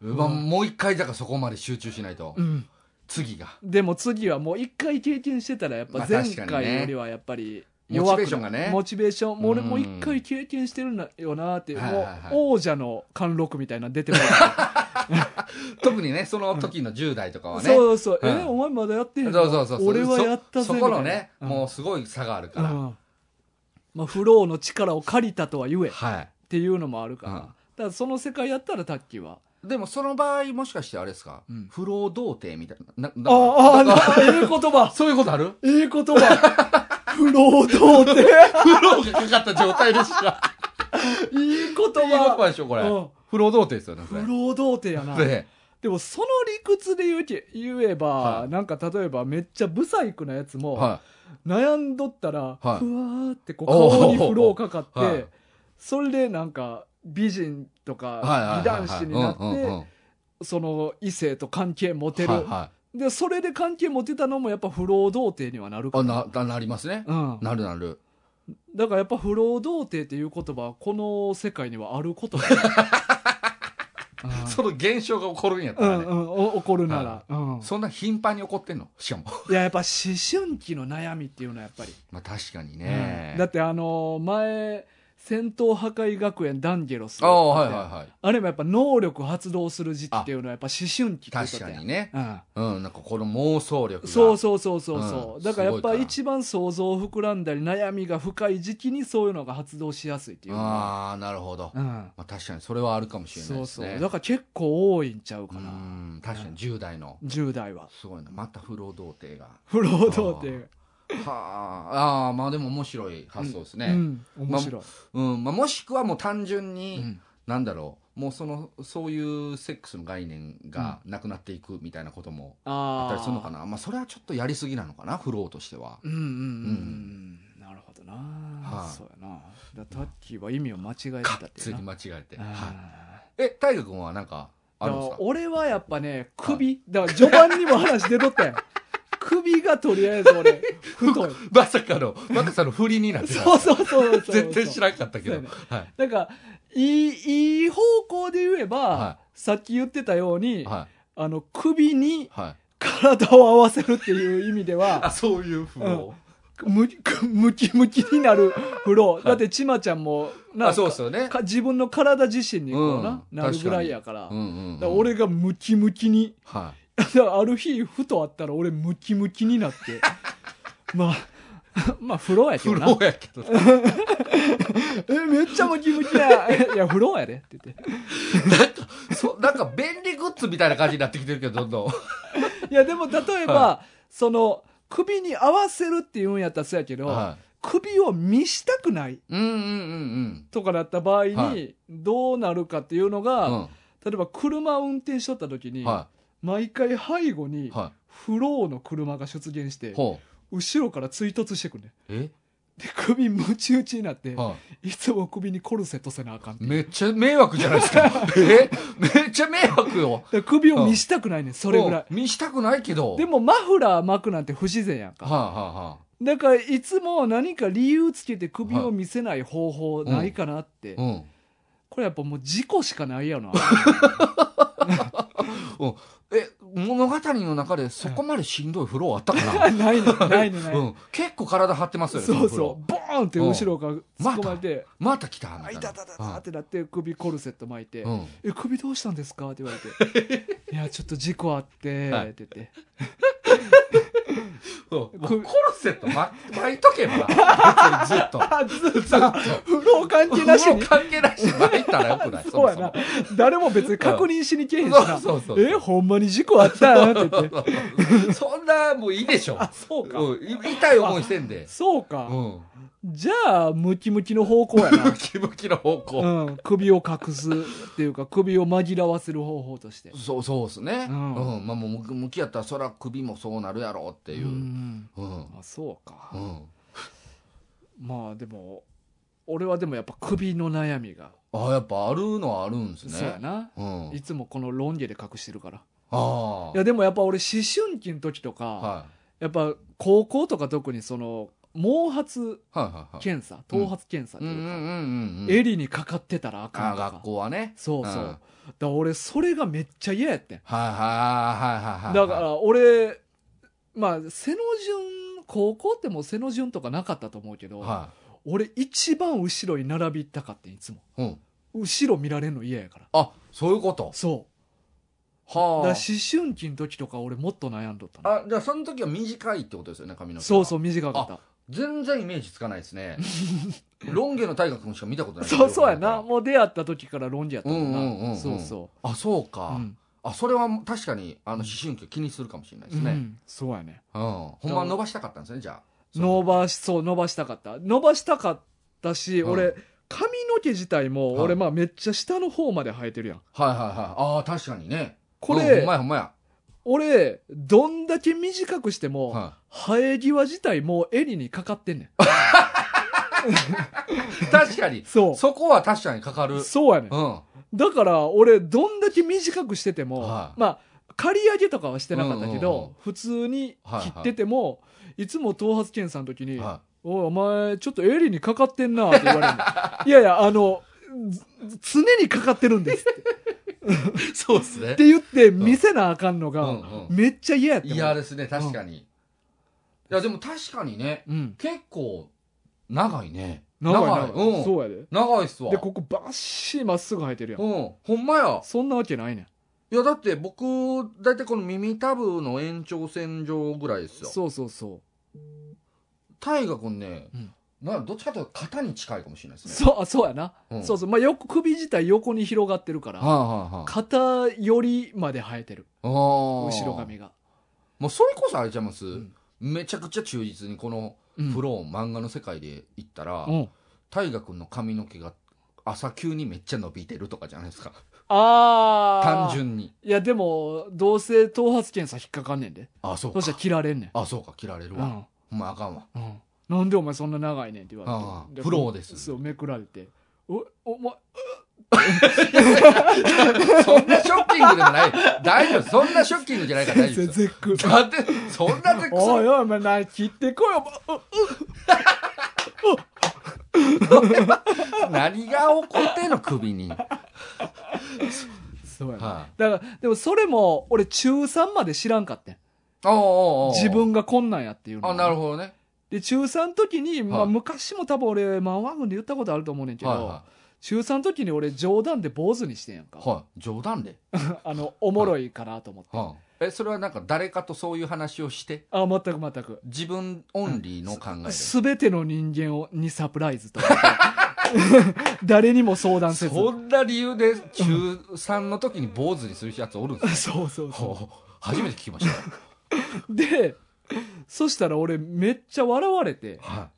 [SPEAKER 2] まあもう一回、だからそこまで集中しないと
[SPEAKER 1] う。ん
[SPEAKER 2] 次が。
[SPEAKER 1] でも次はもう一回経験してたらやっぱ
[SPEAKER 2] まあ
[SPEAKER 1] 前
[SPEAKER 2] 確かにね
[SPEAKER 1] 回よりはやっぱり
[SPEAKER 2] モチベー
[SPEAKER 1] く
[SPEAKER 2] ションがね
[SPEAKER 1] モチベーションもう俺
[SPEAKER 2] うん
[SPEAKER 1] もう一回経験してるなよなーっていう
[SPEAKER 2] はい
[SPEAKER 1] も
[SPEAKER 2] は
[SPEAKER 1] う
[SPEAKER 2] いはい
[SPEAKER 1] 王者の貫禄みたいなの出てる
[SPEAKER 2] 特にね、その時の10代とかはね。
[SPEAKER 1] そうそう
[SPEAKER 2] うん
[SPEAKER 1] えお前まだやってへん
[SPEAKER 2] そ
[SPEAKER 1] の
[SPEAKER 2] うそうそうそう。
[SPEAKER 1] 俺はやったぜ
[SPEAKER 2] そ
[SPEAKER 1] み
[SPEAKER 2] そ
[SPEAKER 1] たい
[SPEAKER 2] こ
[SPEAKER 1] な
[SPEAKER 2] のね、
[SPEAKER 1] うん
[SPEAKER 2] もうすごい差がある
[SPEAKER 1] う
[SPEAKER 2] から。
[SPEAKER 1] んまあフローの力を借りたとは言えっ
[SPEAKER 2] は
[SPEAKER 1] ていうのもあるから
[SPEAKER 2] うん。
[SPEAKER 1] だからその世界やったらタッキーはい
[SPEAKER 2] でもその場合、もしかしてあれですか、
[SPEAKER 1] うん
[SPEAKER 2] 不老童貞みたいな。なだから
[SPEAKER 1] あああええ言葉
[SPEAKER 2] そういうことある
[SPEAKER 1] ええ言葉 不労働って
[SPEAKER 2] 不老がかかった状態でした。
[SPEAKER 1] いい言
[SPEAKER 2] いいこと
[SPEAKER 1] 葉
[SPEAKER 2] でしょ、これ
[SPEAKER 1] うん。
[SPEAKER 2] 不老童貞ですよね、こ
[SPEAKER 1] 不
[SPEAKER 2] れ。
[SPEAKER 1] 労働ってやな
[SPEAKER 2] ね
[SPEAKER 1] でもその理屈で言うけ言えば、
[SPEAKER 2] はい
[SPEAKER 1] なんか例えばめっちゃブサイクなやつも、
[SPEAKER 2] は
[SPEAKER 1] 悩んどったら、
[SPEAKER 2] はい
[SPEAKER 1] ふわーってこう
[SPEAKER 2] おー
[SPEAKER 1] 顔にフローかかって、
[SPEAKER 2] はい
[SPEAKER 1] それでなんか美人と
[SPEAKER 2] い。はいはい
[SPEAKER 1] か美男子になって、その異性と関係持てる、
[SPEAKER 2] はいは
[SPEAKER 1] でそれで関係持てたのもやっぱ不労童貞にはなる
[SPEAKER 2] い。
[SPEAKER 1] か
[SPEAKER 2] あ、
[SPEAKER 1] ら
[SPEAKER 2] な、だなりますね。
[SPEAKER 1] うん、
[SPEAKER 2] なるなる。
[SPEAKER 1] だからやっぱ不労童貞っていう言葉はこの世界にはあること だようん
[SPEAKER 2] その現象が起こるんやった
[SPEAKER 1] う
[SPEAKER 2] ら
[SPEAKER 1] ん
[SPEAKER 2] ね。
[SPEAKER 1] うんお怒るなら、
[SPEAKER 2] は
[SPEAKER 1] うん、
[SPEAKER 2] そんな頻繁に起こってんの しかも。
[SPEAKER 1] いややっぱ思春期の悩みっていうのはやっぱり、
[SPEAKER 2] まあ確かにね。
[SPEAKER 1] だってあのー前戦闘破壊学園ダンゲロス
[SPEAKER 2] ああ、はいは
[SPEAKER 1] あ
[SPEAKER 2] いはい。
[SPEAKER 1] れもやっぱ能力発動する時期っていうのはやっぱ思春期ってこと
[SPEAKER 2] 確
[SPEAKER 1] だ
[SPEAKER 2] か
[SPEAKER 1] よ
[SPEAKER 2] にね。
[SPEAKER 1] うん
[SPEAKER 2] うん、なんかこの妄想力が。
[SPEAKER 1] そうそうそうそうそう、
[SPEAKER 2] うん
[SPEAKER 1] だからやっ
[SPEAKER 2] すご
[SPEAKER 1] ぱ
[SPEAKER 2] いから
[SPEAKER 1] 一番想像を膨らんだり悩みが深い時期にそういうのが発動しやすいっていうのは
[SPEAKER 2] ああ、なるほど。
[SPEAKER 1] う
[SPEAKER 2] ま
[SPEAKER 1] ん
[SPEAKER 2] あ確かにそれはあるかもしれない
[SPEAKER 1] そう
[SPEAKER 2] です
[SPEAKER 1] そ
[SPEAKER 2] ね。
[SPEAKER 1] うだから結構多いんちゃうか
[SPEAKER 2] う
[SPEAKER 1] な、
[SPEAKER 2] ん、確かに10代の。
[SPEAKER 1] 10代は
[SPEAKER 2] すごいな。また不老童貞が。
[SPEAKER 1] 不労働っていう、
[SPEAKER 2] はあ、あーまあでも面白い発想です
[SPEAKER 1] う
[SPEAKER 2] ね。
[SPEAKER 1] ん面白い、
[SPEAKER 2] うん、まあもしくはもう単純に、
[SPEAKER 1] うん
[SPEAKER 2] なんだろう、もうその、そういうセックスの概念がなくなっていくみたいなこともあ
[SPEAKER 1] あ
[SPEAKER 2] ったりするの
[SPEAKER 1] な
[SPEAKER 2] かな。まあそれはちょっとやりすぎなのかな、不老としては。
[SPEAKER 1] うんうん
[SPEAKER 2] う
[SPEAKER 1] うんなるほどな、
[SPEAKER 2] はい
[SPEAKER 1] そうやなだタッキーは意味を間違えてた
[SPEAKER 2] か
[SPEAKER 1] っ
[SPEAKER 2] ってつ
[SPEAKER 1] いうな
[SPEAKER 2] い間違えて。はい
[SPEAKER 1] あー
[SPEAKER 2] え、大河君はなんかあるんです
[SPEAKER 1] だ
[SPEAKER 2] か
[SPEAKER 1] から俺はやっぱね首だから序盤にも話出とった やん首がとりあえず俺太い
[SPEAKER 2] まさかの、まさかの振りになってた
[SPEAKER 1] そうそうそうそうそう
[SPEAKER 2] 絶対知らんかったけど。
[SPEAKER 1] そうや
[SPEAKER 2] はい。
[SPEAKER 1] なんかいいいい方向で言えば、
[SPEAKER 2] は
[SPEAKER 1] さっき言ってたように、
[SPEAKER 2] は
[SPEAKER 1] あの首に
[SPEAKER 2] い。はい。
[SPEAKER 1] 体を合わせるっていう意味では
[SPEAKER 2] あ、そういう風を。
[SPEAKER 1] むムキムキになる風呂。だって、ちまちゃんも、
[SPEAKER 2] あ、そうですよね。
[SPEAKER 1] か自分の体自身にこうな、
[SPEAKER 2] うん
[SPEAKER 1] なるぐらいやから。
[SPEAKER 2] うんうんうん。
[SPEAKER 1] だから俺がムキムキに、
[SPEAKER 2] は
[SPEAKER 1] だからある日、ふとあったら俺ムキムキになって。 まあ、まあ、風 呂や
[SPEAKER 2] い。
[SPEAKER 1] け
[SPEAKER 2] 不
[SPEAKER 1] どな。
[SPEAKER 2] 老やけど。 だ
[SPEAKER 1] え、めっちゃムキムキや。 いや、風呂やで。って言って。
[SPEAKER 2] そなんか便利グッズみたいな感じになってきてるけど、どんどん。
[SPEAKER 1] いや、でも例えば、
[SPEAKER 2] は
[SPEAKER 1] その、首に合わせるっていうんやったらそうやけど、
[SPEAKER 2] は
[SPEAKER 1] 首を見したくない
[SPEAKER 2] い。うんうんうん
[SPEAKER 1] とかだった場合に、
[SPEAKER 2] はい
[SPEAKER 1] どうなるかっていうのが、
[SPEAKER 2] うん。
[SPEAKER 1] 例えば車を運転しとった時
[SPEAKER 2] う
[SPEAKER 1] に、
[SPEAKER 2] ん。は
[SPEAKER 1] 毎回背後に
[SPEAKER 2] い。は
[SPEAKER 1] フローの車が出現し
[SPEAKER 2] い。
[SPEAKER 1] て
[SPEAKER 2] ほう。
[SPEAKER 1] 後ろから追突してくんねん
[SPEAKER 2] え
[SPEAKER 1] で首ムチ打ちになって
[SPEAKER 2] は
[SPEAKER 1] いつも首にコルセットせなあかんって。
[SPEAKER 2] めっちゃ迷惑じゃないで すか。えめっちゃ迷惑よ。
[SPEAKER 1] だから首を見したくないねん、それぐらい。
[SPEAKER 2] うん見したくないけど。
[SPEAKER 1] で
[SPEAKER 2] も、
[SPEAKER 1] もマフラー巻くなんて不自然やん
[SPEAKER 2] は
[SPEAKER 1] か。
[SPEAKER 2] あ、は
[SPEAKER 1] だからいつも何か理由つけて首を見せない方法ないかなって。
[SPEAKER 2] あはあ、うん。
[SPEAKER 1] これやっぱもう事故しかないよな。
[SPEAKER 2] え、物語の中でそこまでしんどいフローあったかな、
[SPEAKER 1] ないね、ないね、ないね。
[SPEAKER 2] うん、結構体張ってますよね、
[SPEAKER 1] そう
[SPEAKER 2] のフロ
[SPEAKER 1] そう。ボーンって後ろから突っ込まれて、
[SPEAKER 2] ーまた来たみ
[SPEAKER 1] あ、
[SPEAKER 2] た
[SPEAKER 1] い
[SPEAKER 2] いな。
[SPEAKER 1] たたたたってなって首コルセット巻いて
[SPEAKER 2] う、ん。
[SPEAKER 1] え、首どうしたんですかって言われ て。いや、ちょっと事故あって、
[SPEAKER 2] はい
[SPEAKER 1] って言って。
[SPEAKER 2] うん、コ
[SPEAKER 1] 首
[SPEAKER 2] ルセット巻巻いとけばな、別にずっと。
[SPEAKER 1] あ、ずっと、不老関係なしに
[SPEAKER 2] もう。関係なしに巻いたらよくない
[SPEAKER 1] そうやな。誰も別に確認しに来えへんしな。
[SPEAKER 2] そうそうそう
[SPEAKER 1] え、ほんまに事故あったんって言って。
[SPEAKER 2] そんなもういいでしょ
[SPEAKER 1] あ、そうか。
[SPEAKER 2] うん、い痛い思いしてんで
[SPEAKER 1] そう
[SPEAKER 2] う
[SPEAKER 1] か。
[SPEAKER 2] ん
[SPEAKER 1] じゃあ、ムキムキの方向やな
[SPEAKER 2] ム。キムキの方向、
[SPEAKER 1] うん。首を隠すっていうか、首を紛らわせる方法として。
[SPEAKER 2] そうそうですね
[SPEAKER 1] う
[SPEAKER 2] うんん、まあもうむ向きやったらそら首もそうなるやろうっていううんうん、うん
[SPEAKER 1] あ、そうか。まあでも、俺はでもやっぱ首の悩みが。
[SPEAKER 2] あやっぱあるのはあるんですね
[SPEAKER 1] そうやな。
[SPEAKER 2] うん
[SPEAKER 1] いつもこのロン毛で隠してるから。
[SPEAKER 2] ああ
[SPEAKER 1] いやでもやっぱ俺思春期の時とか、
[SPEAKER 2] は
[SPEAKER 1] やっぱ高校とか特にその、毛髪
[SPEAKER 2] いはいはいはい
[SPEAKER 1] 検査、頭髪検査って
[SPEAKER 2] うんうん
[SPEAKER 1] いうか、
[SPEAKER 2] うんうん
[SPEAKER 1] 襟にかかってたらあか
[SPEAKER 2] あ
[SPEAKER 1] んとか
[SPEAKER 2] 学校はね
[SPEAKER 1] そうそう、
[SPEAKER 2] うん
[SPEAKER 1] だから俺それがめっちゃ嫌やってん
[SPEAKER 2] はいはいはいはいはい
[SPEAKER 1] だから俺まあ背の順高校ってもう背の順とかなかったと思うけど、
[SPEAKER 2] は
[SPEAKER 1] 俺一番後ろに並びたかってんいつも
[SPEAKER 2] い、うん、
[SPEAKER 1] 後ろ見られんの嫌やから
[SPEAKER 2] あそういうこと
[SPEAKER 1] そうだ
[SPEAKER 2] は
[SPEAKER 1] から思
[SPEAKER 2] あ
[SPEAKER 1] 春期の時とか俺もっと悩んどったの
[SPEAKER 2] あじゃあその時は短いってことですよね髪の毛は
[SPEAKER 1] そうそう短かった
[SPEAKER 2] 全然イメージつかないです ねロン毛の大河君しか見たことない
[SPEAKER 1] そうそうやなもう出会った時から論理やったもんな、
[SPEAKER 2] うんうんうんうん
[SPEAKER 1] そうそ
[SPEAKER 2] あそう
[SPEAKER 1] う、
[SPEAKER 2] か、
[SPEAKER 1] うん
[SPEAKER 2] あそれは確かにあの思春期を気にするかもしれないです
[SPEAKER 1] う
[SPEAKER 2] ね、
[SPEAKER 1] んそうやね
[SPEAKER 2] うんほんまは伸ばしたかったんですねじゃあ
[SPEAKER 1] 伸ばし、そう、伸ばしたかった。伸ばしたかったし、
[SPEAKER 2] うん
[SPEAKER 1] 俺、髪の毛自体も、
[SPEAKER 2] はい
[SPEAKER 1] 俺、まあ、めっちゃ下の方まで生えてるやん。
[SPEAKER 2] はいはいはいああ確かにね
[SPEAKER 1] こ
[SPEAKER 2] うんほ
[SPEAKER 1] れ
[SPEAKER 2] んま、やほんまや、
[SPEAKER 1] 俺、どんだけ短くしても、
[SPEAKER 2] は
[SPEAKER 1] 生え際自体もう襟にかかってんねん。
[SPEAKER 2] い、確かに
[SPEAKER 1] そ
[SPEAKER 2] そこは確かにかかる
[SPEAKER 1] う。
[SPEAKER 2] う
[SPEAKER 1] そうやねん。
[SPEAKER 2] んは
[SPEAKER 1] だから、俺、どんだけ短くしてても、
[SPEAKER 2] はい
[SPEAKER 1] まあ、刈り上げとかはしてなかったけど、
[SPEAKER 2] うんうんうん
[SPEAKER 1] 普通に切ってても、いつも頭髪検査の時に、
[SPEAKER 2] いは
[SPEAKER 1] おい、お前、ちょっとエリにかかってんなって言われるの。 いやいや、あの、ず常にかかってるんですって
[SPEAKER 2] い、そうですね
[SPEAKER 1] って言って見せなあかんのが、
[SPEAKER 2] うんうん
[SPEAKER 1] めっちゃ嫌やったもん。
[SPEAKER 2] 嫌ですね確かに、いやでも確かにね
[SPEAKER 1] うん。
[SPEAKER 2] 結構長いね
[SPEAKER 1] 長い長い。
[SPEAKER 2] うん
[SPEAKER 1] そうやで。
[SPEAKER 2] 長いっすわ
[SPEAKER 1] で、ここバッシーまっすぐ生えてるやん。
[SPEAKER 2] うんほんまや
[SPEAKER 1] そんなわけないねん。
[SPEAKER 2] いやだって僕大体この耳たぶの延長線上ぐらいですよ
[SPEAKER 1] そうそうそ
[SPEAKER 2] 大河君ね、
[SPEAKER 1] うん
[SPEAKER 2] なんかどっちかというと肩に近いかもしれないで
[SPEAKER 1] う。
[SPEAKER 2] すね
[SPEAKER 1] そう、あそうやな。
[SPEAKER 2] うん
[SPEAKER 1] そうそう。まあ、よく首自体横に広がってるから、
[SPEAKER 2] はあ、はあはあ、
[SPEAKER 1] 肩よりまで生えてる。
[SPEAKER 2] あー
[SPEAKER 1] 後ろ髪が。
[SPEAKER 2] もうそれこそあれちゃいます、
[SPEAKER 1] ん
[SPEAKER 2] めちゃくちゃ忠実にこの
[SPEAKER 1] うん
[SPEAKER 2] プロを漫画の世界で行ったら
[SPEAKER 1] うん
[SPEAKER 2] 大河、君の髪の毛が朝急にめっちゃ伸びてるとかじゃないですか
[SPEAKER 1] あー。
[SPEAKER 2] 単。純に
[SPEAKER 1] いや、でも、どうせ頭髪検査引っかかんねんで。
[SPEAKER 2] あそう
[SPEAKER 1] そ
[SPEAKER 2] か
[SPEAKER 1] したら切られんねん。
[SPEAKER 2] あそうか切られるわ、
[SPEAKER 1] うん
[SPEAKER 2] ほんまあかんわ
[SPEAKER 1] うんなんでお前そんな長いねんって言わ
[SPEAKER 2] あ
[SPEAKER 1] れて。
[SPEAKER 2] あフローです
[SPEAKER 1] そう、めくられて。お、お前、
[SPEAKER 2] そんなショッキングでもない大丈夫そんなショッキングじゃないから大丈夫
[SPEAKER 1] 全然
[SPEAKER 2] です
[SPEAKER 1] 絶 句。
[SPEAKER 2] だってそんなで
[SPEAKER 1] おいおい、お前、な、切ってこいよ。おお
[SPEAKER 2] 何が起こってんの首に、 はい
[SPEAKER 1] そうやな。だから、でもそれも、俺、中3まで知らんかってん。
[SPEAKER 2] おうおうおう
[SPEAKER 1] 自分がこんなんやっていうの。
[SPEAKER 2] あなるほどね
[SPEAKER 1] で、中3の時に、まあ、
[SPEAKER 2] はい
[SPEAKER 1] 昔も多分俺、漫画群で言ったことあると思うねんけ
[SPEAKER 2] はい
[SPEAKER 1] ど
[SPEAKER 2] は、
[SPEAKER 1] 中3の時に俺、冗談で坊主にしてんやん
[SPEAKER 2] い
[SPEAKER 1] か。
[SPEAKER 2] はい冗談で、
[SPEAKER 1] あの、おもろいかなと思って。
[SPEAKER 2] はいえそれはなんか誰かとそういう話をして
[SPEAKER 1] あ、全く全く。
[SPEAKER 2] 自分オンリーの考えで、
[SPEAKER 1] すべての人間をにサプライズと 誰にも相談せず
[SPEAKER 2] そんな理由で中3の時に坊主にするやつおるんですね
[SPEAKER 1] そうそう
[SPEAKER 2] ほう
[SPEAKER 1] そ
[SPEAKER 2] ほう 初めて聞きましたよ、
[SPEAKER 1] うでそしたら俺めっちゃ笑われて
[SPEAKER 2] は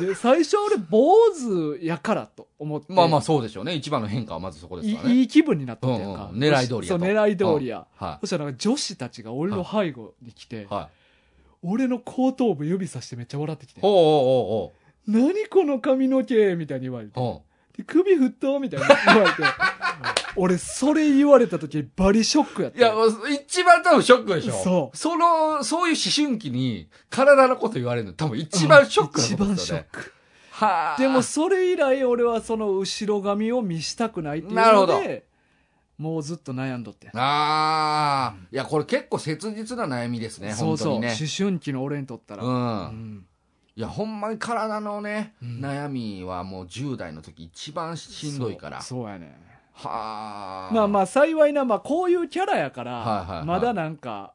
[SPEAKER 1] で最初俺坊主やからと思って
[SPEAKER 2] い、まあまあそうでしょうね一番の変化はまずそこですから
[SPEAKER 1] い
[SPEAKER 2] ね
[SPEAKER 1] いい気分になったっていうか、
[SPEAKER 2] うんうん狙い通りやと
[SPEAKER 1] そう狙い通りや、
[SPEAKER 2] は
[SPEAKER 1] そしたらなんか女子たちが俺の背後に来て、
[SPEAKER 2] いはい
[SPEAKER 1] 俺の後頭部指さしてめっちゃ笑ってきて
[SPEAKER 2] ほうほうほうほ
[SPEAKER 1] 何この髪の毛みたいに言われて。
[SPEAKER 2] ほ
[SPEAKER 1] で首振ったみたいに言われ て。俺、それ言われた時、バリショックやっ
[SPEAKER 2] う
[SPEAKER 1] た。
[SPEAKER 2] いや、もう一番多分ショックでしょ。。
[SPEAKER 1] そう
[SPEAKER 2] その、そういう思春期に体のこと言われるの多分一番ショックだと
[SPEAKER 1] 一
[SPEAKER 2] 思うん
[SPEAKER 1] 番
[SPEAKER 2] です
[SPEAKER 1] シ
[SPEAKER 2] よ
[SPEAKER 1] ョッ
[SPEAKER 2] ね。
[SPEAKER 1] ク。
[SPEAKER 2] はあ。
[SPEAKER 1] でも、それ以来、俺はその後ろ髪を見したくないっていう
[SPEAKER 2] なる
[SPEAKER 1] の
[SPEAKER 2] ほど
[SPEAKER 1] で、もうずっと悩んどって。
[SPEAKER 2] ああ。いや、これ結構切実な悩みですね、
[SPEAKER 1] そう
[SPEAKER 2] 本当
[SPEAKER 1] そう、
[SPEAKER 2] にね。
[SPEAKER 1] 思春期の俺にとったら。
[SPEAKER 2] うん
[SPEAKER 1] うん
[SPEAKER 2] いや、ほんまに体のね、
[SPEAKER 1] うん
[SPEAKER 2] 悩みはもう10代の時一番しんどいから。
[SPEAKER 1] そうそうやね。
[SPEAKER 2] はあ。
[SPEAKER 1] まあまあ幸いな、まあこういうキャラやか
[SPEAKER 2] はいはいは
[SPEAKER 1] ら、
[SPEAKER 2] い
[SPEAKER 1] まだなんか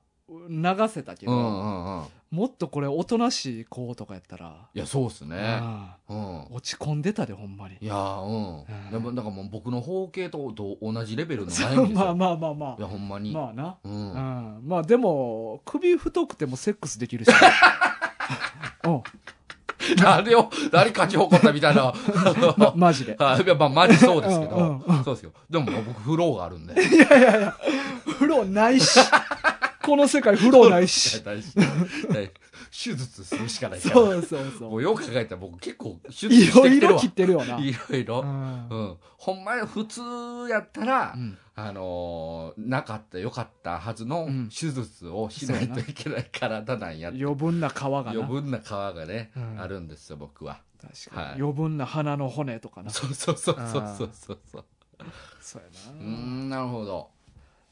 [SPEAKER 1] 流せたけ
[SPEAKER 2] うん
[SPEAKER 1] ど、
[SPEAKER 2] うんうん。
[SPEAKER 1] もっとこれおとなしい子とかやったら、
[SPEAKER 2] いや、そうっすね。
[SPEAKER 1] ああ
[SPEAKER 2] うん。
[SPEAKER 1] 落ち込んでたでほんまに
[SPEAKER 2] い。やー、
[SPEAKER 1] う
[SPEAKER 2] うんん。でも、だからもう僕の包茎とと同じレベルの
[SPEAKER 1] そ
[SPEAKER 2] 悩み
[SPEAKER 1] う
[SPEAKER 2] ですよ。
[SPEAKER 1] まあまあまあま
[SPEAKER 2] いや、ほんま
[SPEAKER 1] あ。
[SPEAKER 2] に。
[SPEAKER 1] まあな。
[SPEAKER 2] うん。
[SPEAKER 1] うんまあでも、首太くてもセックスできる し。うん
[SPEAKER 2] 誰を、誰勝ち誇ったみたいな。
[SPEAKER 1] ま、マジで。
[SPEAKER 2] あいやまあ、マジそうですけ
[SPEAKER 1] うんうん
[SPEAKER 2] ど。そうですよ。でも、僕、フローがあるんで。
[SPEAKER 1] いやいやいや、風呂ないし。この世界風呂ない し。
[SPEAKER 2] 大事大事手術するしかないから。
[SPEAKER 1] そうそう
[SPEAKER 2] も
[SPEAKER 1] そう
[SPEAKER 2] よく考えたら、僕、結構、手
[SPEAKER 1] う。
[SPEAKER 2] 術
[SPEAKER 1] い
[SPEAKER 2] し
[SPEAKER 1] ろ
[SPEAKER 2] て
[SPEAKER 1] い
[SPEAKER 2] きてる
[SPEAKER 1] ろ
[SPEAKER 2] わ
[SPEAKER 1] 切っ。てるよな。
[SPEAKER 2] いろいうろ。
[SPEAKER 1] ん
[SPEAKER 2] うん。ほんまに普通やったら
[SPEAKER 1] う、ん
[SPEAKER 2] あのーなかった、よかったはずの
[SPEAKER 1] うん
[SPEAKER 2] 手術をしないといけない体なんやって
[SPEAKER 1] 余分な皮がな。
[SPEAKER 2] 余分な皮がね、
[SPEAKER 1] うん
[SPEAKER 2] あるんですよ僕は
[SPEAKER 1] 確かに、
[SPEAKER 2] はい
[SPEAKER 1] 余分な鼻の骨とかなそ
[SPEAKER 2] そうそうそう
[SPEAKER 1] あ
[SPEAKER 2] そう
[SPEAKER 1] ー
[SPEAKER 2] そうそうそう
[SPEAKER 1] うや
[SPEAKER 2] うー
[SPEAKER 1] な、
[SPEAKER 2] んなるほど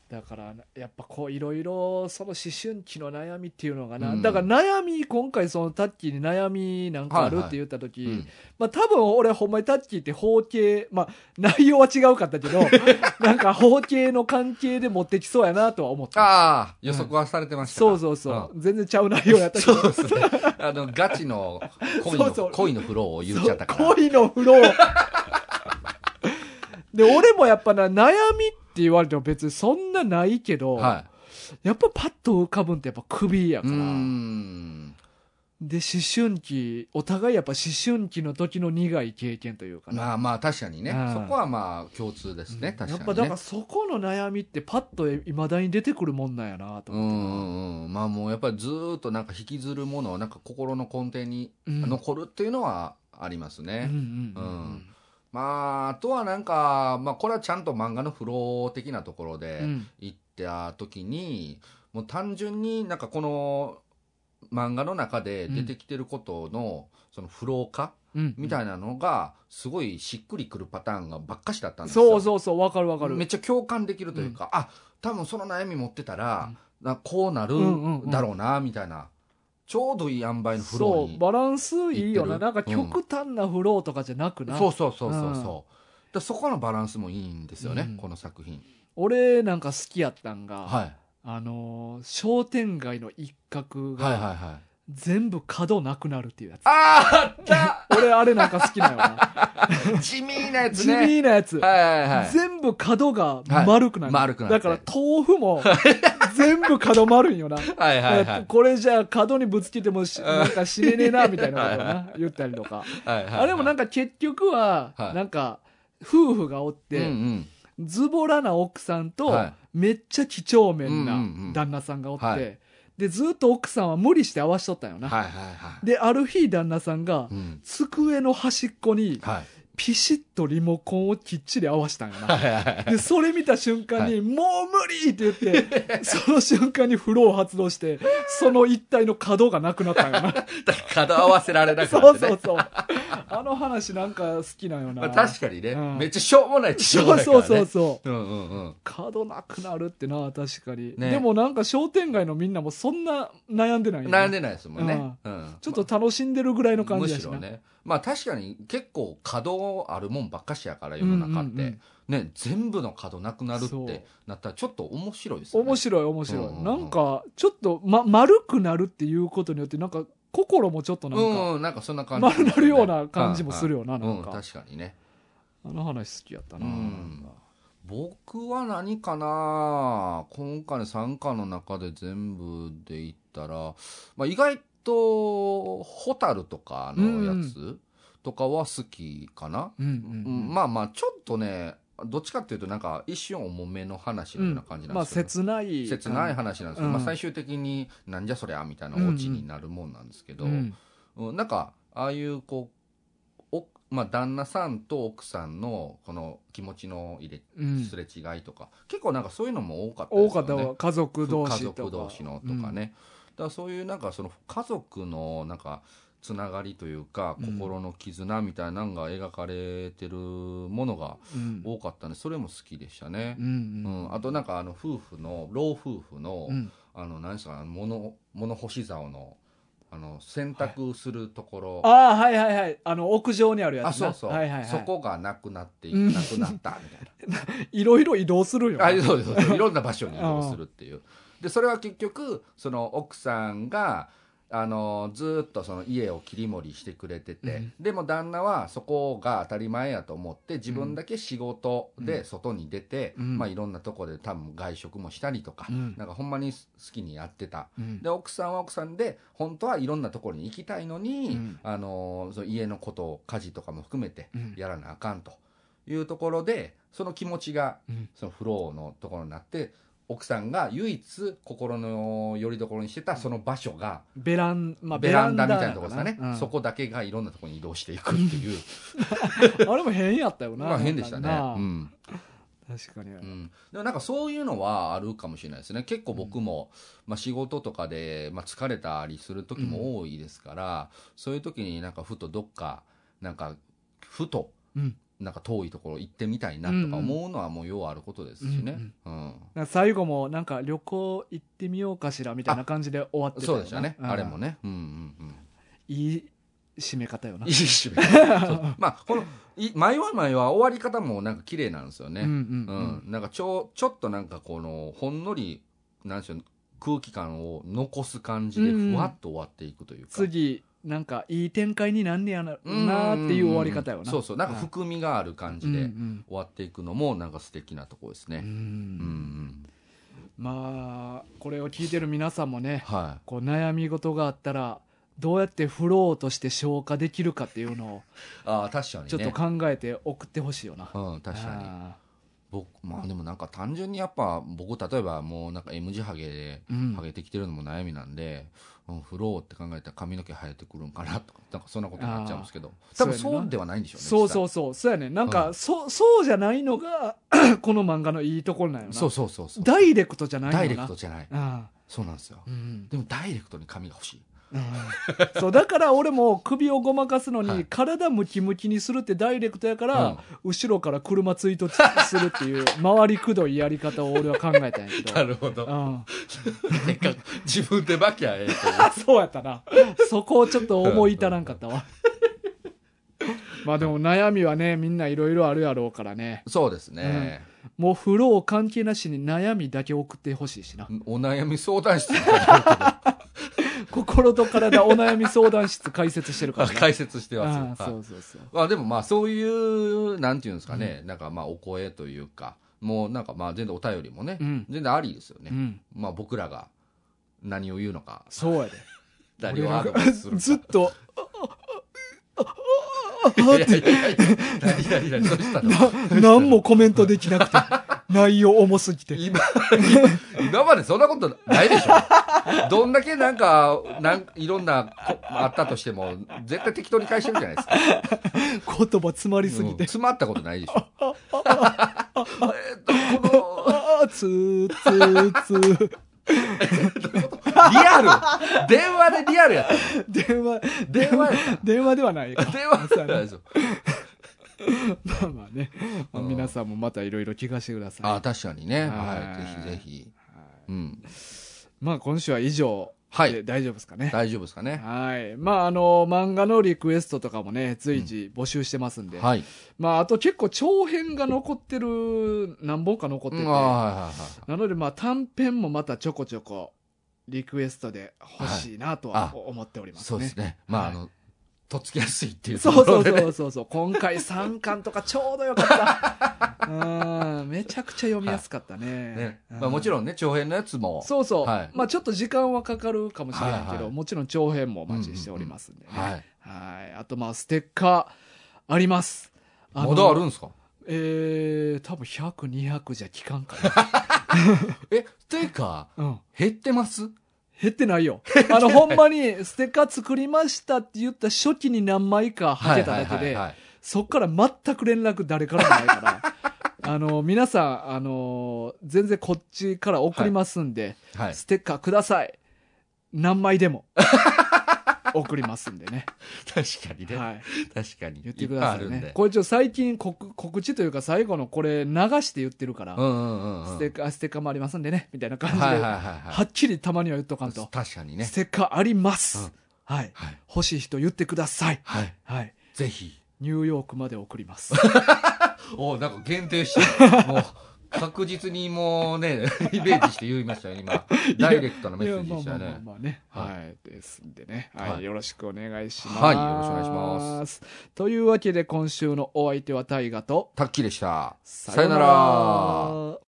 [SPEAKER 1] だからやっぱこういろいろその思春期の悩みっていうのがな、
[SPEAKER 2] うん
[SPEAKER 1] だから悩み今回そのタッキーに悩みなんかある
[SPEAKER 2] は
[SPEAKER 1] っ
[SPEAKER 2] いはい
[SPEAKER 1] て言った時、
[SPEAKER 2] うん
[SPEAKER 1] まあ多分俺ほんまにタッキーって包茎まあ内容は違うかったけ どなんか包茎の関係で持ってきそうやなとは思った
[SPEAKER 2] ああ予測はされてましたか
[SPEAKER 1] そうそうそう、全然ちゃう内容やったけど
[SPEAKER 2] そうですねあのガチの恋
[SPEAKER 1] そうそ
[SPEAKER 2] の
[SPEAKER 1] う
[SPEAKER 2] 恋のフローを言っちゃったから
[SPEAKER 1] 恋の風呂 で俺もやっぱな悩みって言われても別にそんなないけど、
[SPEAKER 2] は
[SPEAKER 1] やっぱパッと浮かぶんってやっぱ首や
[SPEAKER 2] い
[SPEAKER 1] か
[SPEAKER 2] うー
[SPEAKER 1] ら。
[SPEAKER 2] ん
[SPEAKER 1] で、思春期、お互いやっぱ思春期の時の苦い経験というかな。
[SPEAKER 2] まあまあ確かにね
[SPEAKER 1] うん
[SPEAKER 2] そこはまあ共通ですね
[SPEAKER 1] や
[SPEAKER 2] 確
[SPEAKER 1] っ
[SPEAKER 2] か
[SPEAKER 1] ぱだ
[SPEAKER 2] に
[SPEAKER 1] か
[SPEAKER 2] ね
[SPEAKER 1] らそこの悩みってパッといまだに出てくるもんなんやなと
[SPEAKER 2] う
[SPEAKER 1] 思っ
[SPEAKER 2] んうんうんまあもうやっぱりずーっとなんか引きずるものをなんか心の根底に
[SPEAKER 1] うん
[SPEAKER 2] 残るっていうのはあります
[SPEAKER 1] て。
[SPEAKER 2] ね、
[SPEAKER 1] うんうんうんうん
[SPEAKER 2] まあ、あとはなんか、まあ、これはちゃんと漫画のフロー的なところ
[SPEAKER 1] う
[SPEAKER 2] で
[SPEAKER 1] ん
[SPEAKER 2] 行った時に、もう単純になんかこの漫画の中で出てきてることの、そのフロー化
[SPEAKER 1] うん
[SPEAKER 2] みたいなのが、すごいしっくりくるパターンがばっかしだったんですよ。
[SPEAKER 1] そうそうそう、わかるわかる。
[SPEAKER 2] めっちゃ共感できるというか、あ、多分その悩み持ってたら、なこうなる
[SPEAKER 1] うんうんうん
[SPEAKER 2] だろうな、みたいな。ちょうどいい塩梅のフロ
[SPEAKER 1] そ
[SPEAKER 2] ーに
[SPEAKER 1] う、。バランスいいよな。
[SPEAKER 2] いって
[SPEAKER 1] な
[SPEAKER 2] る
[SPEAKER 1] んか極端なフローとかじゃなくな。
[SPEAKER 2] そうそうそうそうそ
[SPEAKER 1] う
[SPEAKER 2] う。
[SPEAKER 1] ん
[SPEAKER 2] だからそこのバランスもいいんですよね、
[SPEAKER 1] うん
[SPEAKER 2] この作品。
[SPEAKER 1] 俺なんか好きやったんが、
[SPEAKER 2] はい。
[SPEAKER 1] あのー、商店街の一角
[SPEAKER 2] はいはいは
[SPEAKER 1] が
[SPEAKER 2] い。あ
[SPEAKER 1] 全部角なくなるっていうやつ。
[SPEAKER 2] ああっ
[SPEAKER 1] 俺あれなんか好きな よな。
[SPEAKER 2] た地味なやつ
[SPEAKER 1] 地
[SPEAKER 2] ね。
[SPEAKER 1] 味なやつ。
[SPEAKER 2] はいはいはい。
[SPEAKER 1] 全部角が丸くなる。
[SPEAKER 2] はい丸くなって
[SPEAKER 1] だから豆腐も全部角丸いんよ な。
[SPEAKER 2] はいはいは
[SPEAKER 1] だから
[SPEAKER 2] い。
[SPEAKER 1] これじゃあ角にぶつけてもし
[SPEAKER 2] うん
[SPEAKER 1] なんか死ねねえなみたいなことを
[SPEAKER 2] はいは
[SPEAKER 1] な言ったりとか。
[SPEAKER 2] はいはいはい、
[SPEAKER 1] あれもなん
[SPEAKER 2] か、
[SPEAKER 1] か結局は
[SPEAKER 2] は、い
[SPEAKER 1] なんか夫婦がおっ
[SPEAKER 2] うんう
[SPEAKER 1] て、
[SPEAKER 2] ん、
[SPEAKER 1] ズボラな奥さんと
[SPEAKER 2] はい
[SPEAKER 1] めっちゃ几帳面
[SPEAKER 2] うんうんう
[SPEAKER 1] なん旦那さんがおっ
[SPEAKER 2] は
[SPEAKER 1] て
[SPEAKER 2] い、
[SPEAKER 1] でずっと奥さんは無理して合わしとったんよな。
[SPEAKER 2] はいはいはい。
[SPEAKER 1] で、ある日旦那さんが
[SPEAKER 2] うん。
[SPEAKER 1] 机の端っこに
[SPEAKER 2] はい。
[SPEAKER 1] ピシッとリモコンをきっちり合わせたんやな。
[SPEAKER 2] はいはいはい。
[SPEAKER 1] で、それ見た瞬間に、もう無理って言 って、その瞬間にフローを発動して、その一帯の角がなくなったん よな。
[SPEAKER 2] だから角合わせられなく
[SPEAKER 1] そ
[SPEAKER 2] な
[SPEAKER 1] う
[SPEAKER 2] ってね。
[SPEAKER 1] そうそう。あの話なんか好きなんよな。
[SPEAKER 2] まあ、確かにね、
[SPEAKER 1] うん
[SPEAKER 2] めっちゃしょうもないしょうも
[SPEAKER 1] そう
[SPEAKER 2] ないか
[SPEAKER 1] そ
[SPEAKER 2] ら、
[SPEAKER 1] う
[SPEAKER 2] ね。
[SPEAKER 1] そうそう。
[SPEAKER 2] うんうんうん。
[SPEAKER 1] 角なくなるってな、確かに。
[SPEAKER 2] ね
[SPEAKER 1] でもなんか商店街のみんなもそんな悩んでないよな
[SPEAKER 2] 悩んでないですもんね。うん。
[SPEAKER 1] ちょっと楽しんでるぐらいの
[SPEAKER 2] まあ
[SPEAKER 1] 感
[SPEAKER 2] む
[SPEAKER 1] じや
[SPEAKER 2] し
[SPEAKER 1] しな。
[SPEAKER 2] ろね。まあ確かに結構角あるもんばっかしやから世の中って、
[SPEAKER 1] うんうんうん
[SPEAKER 2] ね、全部の角なくなるっ
[SPEAKER 1] そう
[SPEAKER 2] てなったらちょっと面白いですよね。
[SPEAKER 1] 面白い面白い、
[SPEAKER 2] うんうんうん
[SPEAKER 1] なんかちょっと、ま、丸くなるっていうことによってなんか心もちょっとなん
[SPEAKER 2] うん
[SPEAKER 1] か
[SPEAKER 2] うん、なんかそんな感じ、
[SPEAKER 1] 丸なるような感じもする
[SPEAKER 2] よ、
[SPEAKER 1] よな,、
[SPEAKER 2] はいはい
[SPEAKER 1] なんか、
[SPEAKER 2] うん、確かにね
[SPEAKER 1] あの話好きやったな、
[SPEAKER 2] うん僕は何かな今回の参加の中で全部で言ったら、まあ、意外とホタルとかのやつとかは好きかな、
[SPEAKER 1] うん
[SPEAKER 2] うんまあまあちょっとねどっちかっていうとなんか一瞬重めの話のような感じなん
[SPEAKER 1] まあ
[SPEAKER 2] ですよね、
[SPEAKER 1] 切ない
[SPEAKER 2] 切ない話なんですけど、
[SPEAKER 1] うん
[SPEAKER 2] まあ、最終的になんじゃそりゃみたいなオチになるもんなんですけど、
[SPEAKER 1] うん
[SPEAKER 2] うんなんかああいうこうまあ、旦那さんと奥さんのこの気持ちの入れ
[SPEAKER 1] うん
[SPEAKER 2] すれ違いとか、結構なんかそういうのも多かった
[SPEAKER 1] 多
[SPEAKER 2] です
[SPEAKER 1] か
[SPEAKER 2] よ
[SPEAKER 1] っ
[SPEAKER 2] ね。
[SPEAKER 1] たわ家族同士
[SPEAKER 2] 家
[SPEAKER 1] とか
[SPEAKER 2] 族同士のとかね、だからそういうなんかその家族のなんかつながりというか
[SPEAKER 1] うん
[SPEAKER 2] 心の絆みたいなのが描かれてるものが
[SPEAKER 1] うん
[SPEAKER 2] 多かったんでそれも好きでしたね
[SPEAKER 1] う、ん
[SPEAKER 2] う
[SPEAKER 1] うんん
[SPEAKER 2] あとなんかあの夫婦の老夫婦の、
[SPEAKER 1] うん
[SPEAKER 2] あの何ですかあの物物干し竿のあの洗濯するところ、
[SPEAKER 1] ああはいはいはいあの屋上にあるやつ
[SPEAKER 2] あ
[SPEAKER 1] な
[SPEAKER 2] そうそう、
[SPEAKER 1] はいはいはい
[SPEAKER 2] そこがなくなってい
[SPEAKER 1] うん
[SPEAKER 2] なくなったみたいない
[SPEAKER 1] ろいろ移動するよ
[SPEAKER 2] あそうですそうですいろんな場所に移動するっていうでそれは結局その奥さんがあのずーっとその家を切り盛りしてくれてて、
[SPEAKER 1] うん
[SPEAKER 2] でも旦那はそこが当たり前やと思って自分だけ仕事で外に出て、
[SPEAKER 1] うん
[SPEAKER 2] まあ、いろんなとこで多分外食もしたりとか、
[SPEAKER 1] うん
[SPEAKER 2] なんかほんまに好きにやってた
[SPEAKER 1] うん
[SPEAKER 2] で奥さんは奥さんで本当はいろんなところに行きたいのに、
[SPEAKER 1] うん
[SPEAKER 2] あのその家のことを家事とかも含めて
[SPEAKER 1] うん
[SPEAKER 2] やらなあかんというところでその気持ちが
[SPEAKER 1] うん
[SPEAKER 2] そのフローのところになって奥さんが唯一心の拠り所にしてたその場所が、
[SPEAKER 1] ベランまあ
[SPEAKER 2] ベランダみたいなところですかね、
[SPEAKER 1] うん
[SPEAKER 2] そこだけがいろんなところに移動していくっていう、
[SPEAKER 1] あれも変やったよな
[SPEAKER 2] まあ変でしたね、
[SPEAKER 1] なんか
[SPEAKER 2] う
[SPEAKER 1] なん確かに
[SPEAKER 2] うん、でもなんかそういうのはあるかもしれないですね結構僕も、まあ、仕事とかで、まあ、疲れたりする時も多いですから、そういう時になんかふとどっかなんかふと
[SPEAKER 1] うん
[SPEAKER 2] なんか遠いところ行ってみたいなとか思うのはもうようあることですしね、うん
[SPEAKER 1] なんか最後もなんか旅行行ってみようかしらみたいな感じで終わってたよ
[SPEAKER 2] そう
[SPEAKER 1] な
[SPEAKER 2] でしたね、
[SPEAKER 1] ん
[SPEAKER 2] あれもね、うんうんうん、
[SPEAKER 1] いい締め方よない
[SPEAKER 2] い締めそうまあこのい 迷わ迷わ終わり方もなんか綺麗なんですよね、
[SPEAKER 1] うんう
[SPEAKER 2] うん
[SPEAKER 1] うん
[SPEAKER 2] ん、なんかちょちょっとなんかこのほんのりなんでしょう空気感を残す感じで
[SPEAKER 1] うん
[SPEAKER 2] ふわっと終わっていくというか、
[SPEAKER 1] 次なんかいい展開になんねやな
[SPEAKER 2] うん
[SPEAKER 1] なっていう終わり方よな
[SPEAKER 2] そうそうなんか
[SPEAKER 1] うん
[SPEAKER 2] 含みがある感じ
[SPEAKER 1] うんう
[SPEAKER 2] で
[SPEAKER 1] ん
[SPEAKER 2] 終わっていくのもなんか素敵なとこです
[SPEAKER 1] う
[SPEAKER 2] ね、うんうんん
[SPEAKER 1] まあこれを聞いてる皆さんもね
[SPEAKER 2] は
[SPEAKER 1] こう悩み事があったらどうやってフローとして消化できるかっていうのを
[SPEAKER 2] い、ああ確かにね
[SPEAKER 1] ちょっと考えて送ってほしいよな
[SPEAKER 2] うん、確かに
[SPEAKER 1] あ
[SPEAKER 2] 僕まあでもなんか単純にやっぱ僕例えばもうなんか M 字ハゲで
[SPEAKER 1] ーうん
[SPEAKER 2] ハゲてきてるのも悩みなんで、うん、フローって考えたら髪の毛生えてくるんかなとかなんかそんなことになっちゃうんですけど
[SPEAKER 1] ー
[SPEAKER 2] 多分
[SPEAKER 1] そうやな
[SPEAKER 2] そうではないんでしょうね
[SPEAKER 1] そう
[SPEAKER 2] 実際
[SPEAKER 1] そうそうそうやねなんか、
[SPEAKER 2] う
[SPEAKER 1] そうそうじゃないのが この漫画のいいところなんよな
[SPEAKER 2] そうそうそうそう
[SPEAKER 1] ダイレクトじゃないの
[SPEAKER 2] ダ
[SPEAKER 1] な
[SPEAKER 2] イレクトじゃない
[SPEAKER 1] あ
[SPEAKER 2] そうなんですよ
[SPEAKER 1] あうん
[SPEAKER 2] でもダイレクトに髪が欲しい
[SPEAKER 1] うんそうだから俺も首をごまかすのに、
[SPEAKER 2] はい
[SPEAKER 1] 体ムキムキにするってダイレクトやから、
[SPEAKER 2] うん
[SPEAKER 1] 後ろから車追突するっていう 回りくどいやり方を俺は考えたんやけど
[SPEAKER 2] なるほど
[SPEAKER 1] うん、
[SPEAKER 2] なんか自分でバキゃええと
[SPEAKER 1] あそうやったなそこをちょっと思い至らんかったわ まあでも悩みはねみんないろいろあるやろうからね
[SPEAKER 2] そうですね、
[SPEAKER 1] もうフロー関係なしに悩みだけ送ってほしいしな。
[SPEAKER 2] お悩み相談室に書いてあ
[SPEAKER 1] 心と体お悩み相談室開設してるから
[SPEAKER 2] るけど 解説してます
[SPEAKER 1] ああ
[SPEAKER 2] はい
[SPEAKER 1] そうそうそう。
[SPEAKER 2] あでもまあそういうなんていうんですかね、なんかまあお声というかもうなんかまあ全然お便りもね、
[SPEAKER 1] うん
[SPEAKER 2] 全然ありですよね、
[SPEAKER 1] うん。
[SPEAKER 2] まあ僕らが何を言うのか
[SPEAKER 1] そうやで。
[SPEAKER 2] 何をアドバイスする
[SPEAKER 1] 俺
[SPEAKER 2] か
[SPEAKER 1] らずっと、
[SPEAKER 2] いやいやいやいや何何何どうしたの
[SPEAKER 1] 何もコメントできなくて、内容重すぎて。
[SPEAKER 2] 今、 今今までそんなことないでしょ。どんだけなんか、なんいろんなこあったとしても、絶対適当に返してるじゃないですか。
[SPEAKER 1] 言葉詰まりすぎ
[SPEAKER 2] うん
[SPEAKER 1] て。
[SPEAKER 2] 詰まったことないでし ょ。えっと、こ
[SPEAKER 1] ああ、つーつーつー。
[SPEAKER 2] の、リアル電話でリアルやったの
[SPEAKER 1] 電話、
[SPEAKER 2] 電話やっ
[SPEAKER 1] 電話ではないか
[SPEAKER 2] た。電話やったでしょ。
[SPEAKER 1] まあまあね。まあ
[SPEAKER 2] うん
[SPEAKER 1] 皆さんもまたいろいろ聞かせてください。
[SPEAKER 2] ああ、確かにね。
[SPEAKER 1] は
[SPEAKER 2] はいい。ぜひぜひ。うん。
[SPEAKER 1] まあ今週は以上
[SPEAKER 2] はい
[SPEAKER 1] で大丈夫ですかね。
[SPEAKER 2] 大丈夫ですかね。
[SPEAKER 1] はい。まあ、あの、漫画のリクエストとかもね、随時募集してますんで。
[SPEAKER 2] はい。
[SPEAKER 1] まあ、あと結構長編が残ってる、何本か残っ
[SPEAKER 2] う
[SPEAKER 1] てて。
[SPEAKER 2] んあ
[SPEAKER 1] な
[SPEAKER 2] あはいはいはい
[SPEAKER 1] ので、まあ、短編もまたちょこちょこ、リクエストで欲しいなとは
[SPEAKER 2] はいあ
[SPEAKER 1] 思っておりますね。
[SPEAKER 2] そうですね。まあ、
[SPEAKER 1] は
[SPEAKER 2] あ
[SPEAKER 1] い
[SPEAKER 2] の、とっつきやすいっていう
[SPEAKER 1] そ
[SPEAKER 2] と
[SPEAKER 1] う
[SPEAKER 2] こ
[SPEAKER 1] そ
[SPEAKER 2] ろ
[SPEAKER 1] う
[SPEAKER 2] でね。
[SPEAKER 1] そうそうそう。今回3巻とかちょうどよかった。うん。めちゃくちゃ読みやすかったね。
[SPEAKER 2] ね。まあもちろんね、長編のやつも。
[SPEAKER 1] そうそう。
[SPEAKER 2] はい
[SPEAKER 1] まあちょっと時間はかかるかもしれないけど、
[SPEAKER 2] はいはい
[SPEAKER 1] もちろん長編もお待ちしておりますんでね。
[SPEAKER 2] はい。
[SPEAKER 1] はい。あと、まあ、ステッカーあります。の
[SPEAKER 2] まだあるんですか
[SPEAKER 1] えー、多分100、200じゃ効かんから。
[SPEAKER 2] え、ステッカ
[SPEAKER 1] うん。
[SPEAKER 2] ー減ってます
[SPEAKER 1] 減ってないよ。あの、ほんまに、ステッカー作りましたって言った初期に何枚かはけただけで、そっから全く連絡誰からもないから、 あの、皆さん、あの、全然こっちから送りますんで、
[SPEAKER 2] はい。
[SPEAKER 1] ステッカーください。何枚でも。送りますんでね。
[SPEAKER 2] 確かにね。
[SPEAKER 1] はい。
[SPEAKER 2] 確かに。
[SPEAKER 1] 言ってください
[SPEAKER 2] っぱあるん
[SPEAKER 1] ね
[SPEAKER 2] で。。
[SPEAKER 1] これちょ、最近告告知というか最後のこれ流して言ってるから、
[SPEAKER 2] うんうんうんうん。
[SPEAKER 1] ステッカー、ステッカーもありますんでね、みたいな感じで、
[SPEAKER 2] は
[SPEAKER 1] はい
[SPEAKER 2] はいはいは
[SPEAKER 1] っきりたまには言っとかん
[SPEAKER 2] い。
[SPEAKER 1] と。
[SPEAKER 2] 確かにね
[SPEAKER 1] ス。テッカーあります。
[SPEAKER 2] うん
[SPEAKER 1] はい。
[SPEAKER 2] はい。
[SPEAKER 1] 欲しい人言ってください。
[SPEAKER 2] はい。
[SPEAKER 1] はい。
[SPEAKER 2] ぜひ。
[SPEAKER 1] ニューヨークまで送ります。
[SPEAKER 2] おなんか限定して る、もう、確実にもうね、イメージして言いましたよ、 今。ダイレクト なメッセージでした
[SPEAKER 1] いやまあまあ
[SPEAKER 2] ね。
[SPEAKER 1] まあまあね。
[SPEAKER 2] は
[SPEAKER 1] はい。ですんでね。は
[SPEAKER 2] はい
[SPEAKER 1] い。よろしくお願いします。。
[SPEAKER 2] はいよろしくお願いします
[SPEAKER 1] というわけで今週のお相手は大ガと、
[SPEAKER 2] タッキーでした。
[SPEAKER 1] さよなら。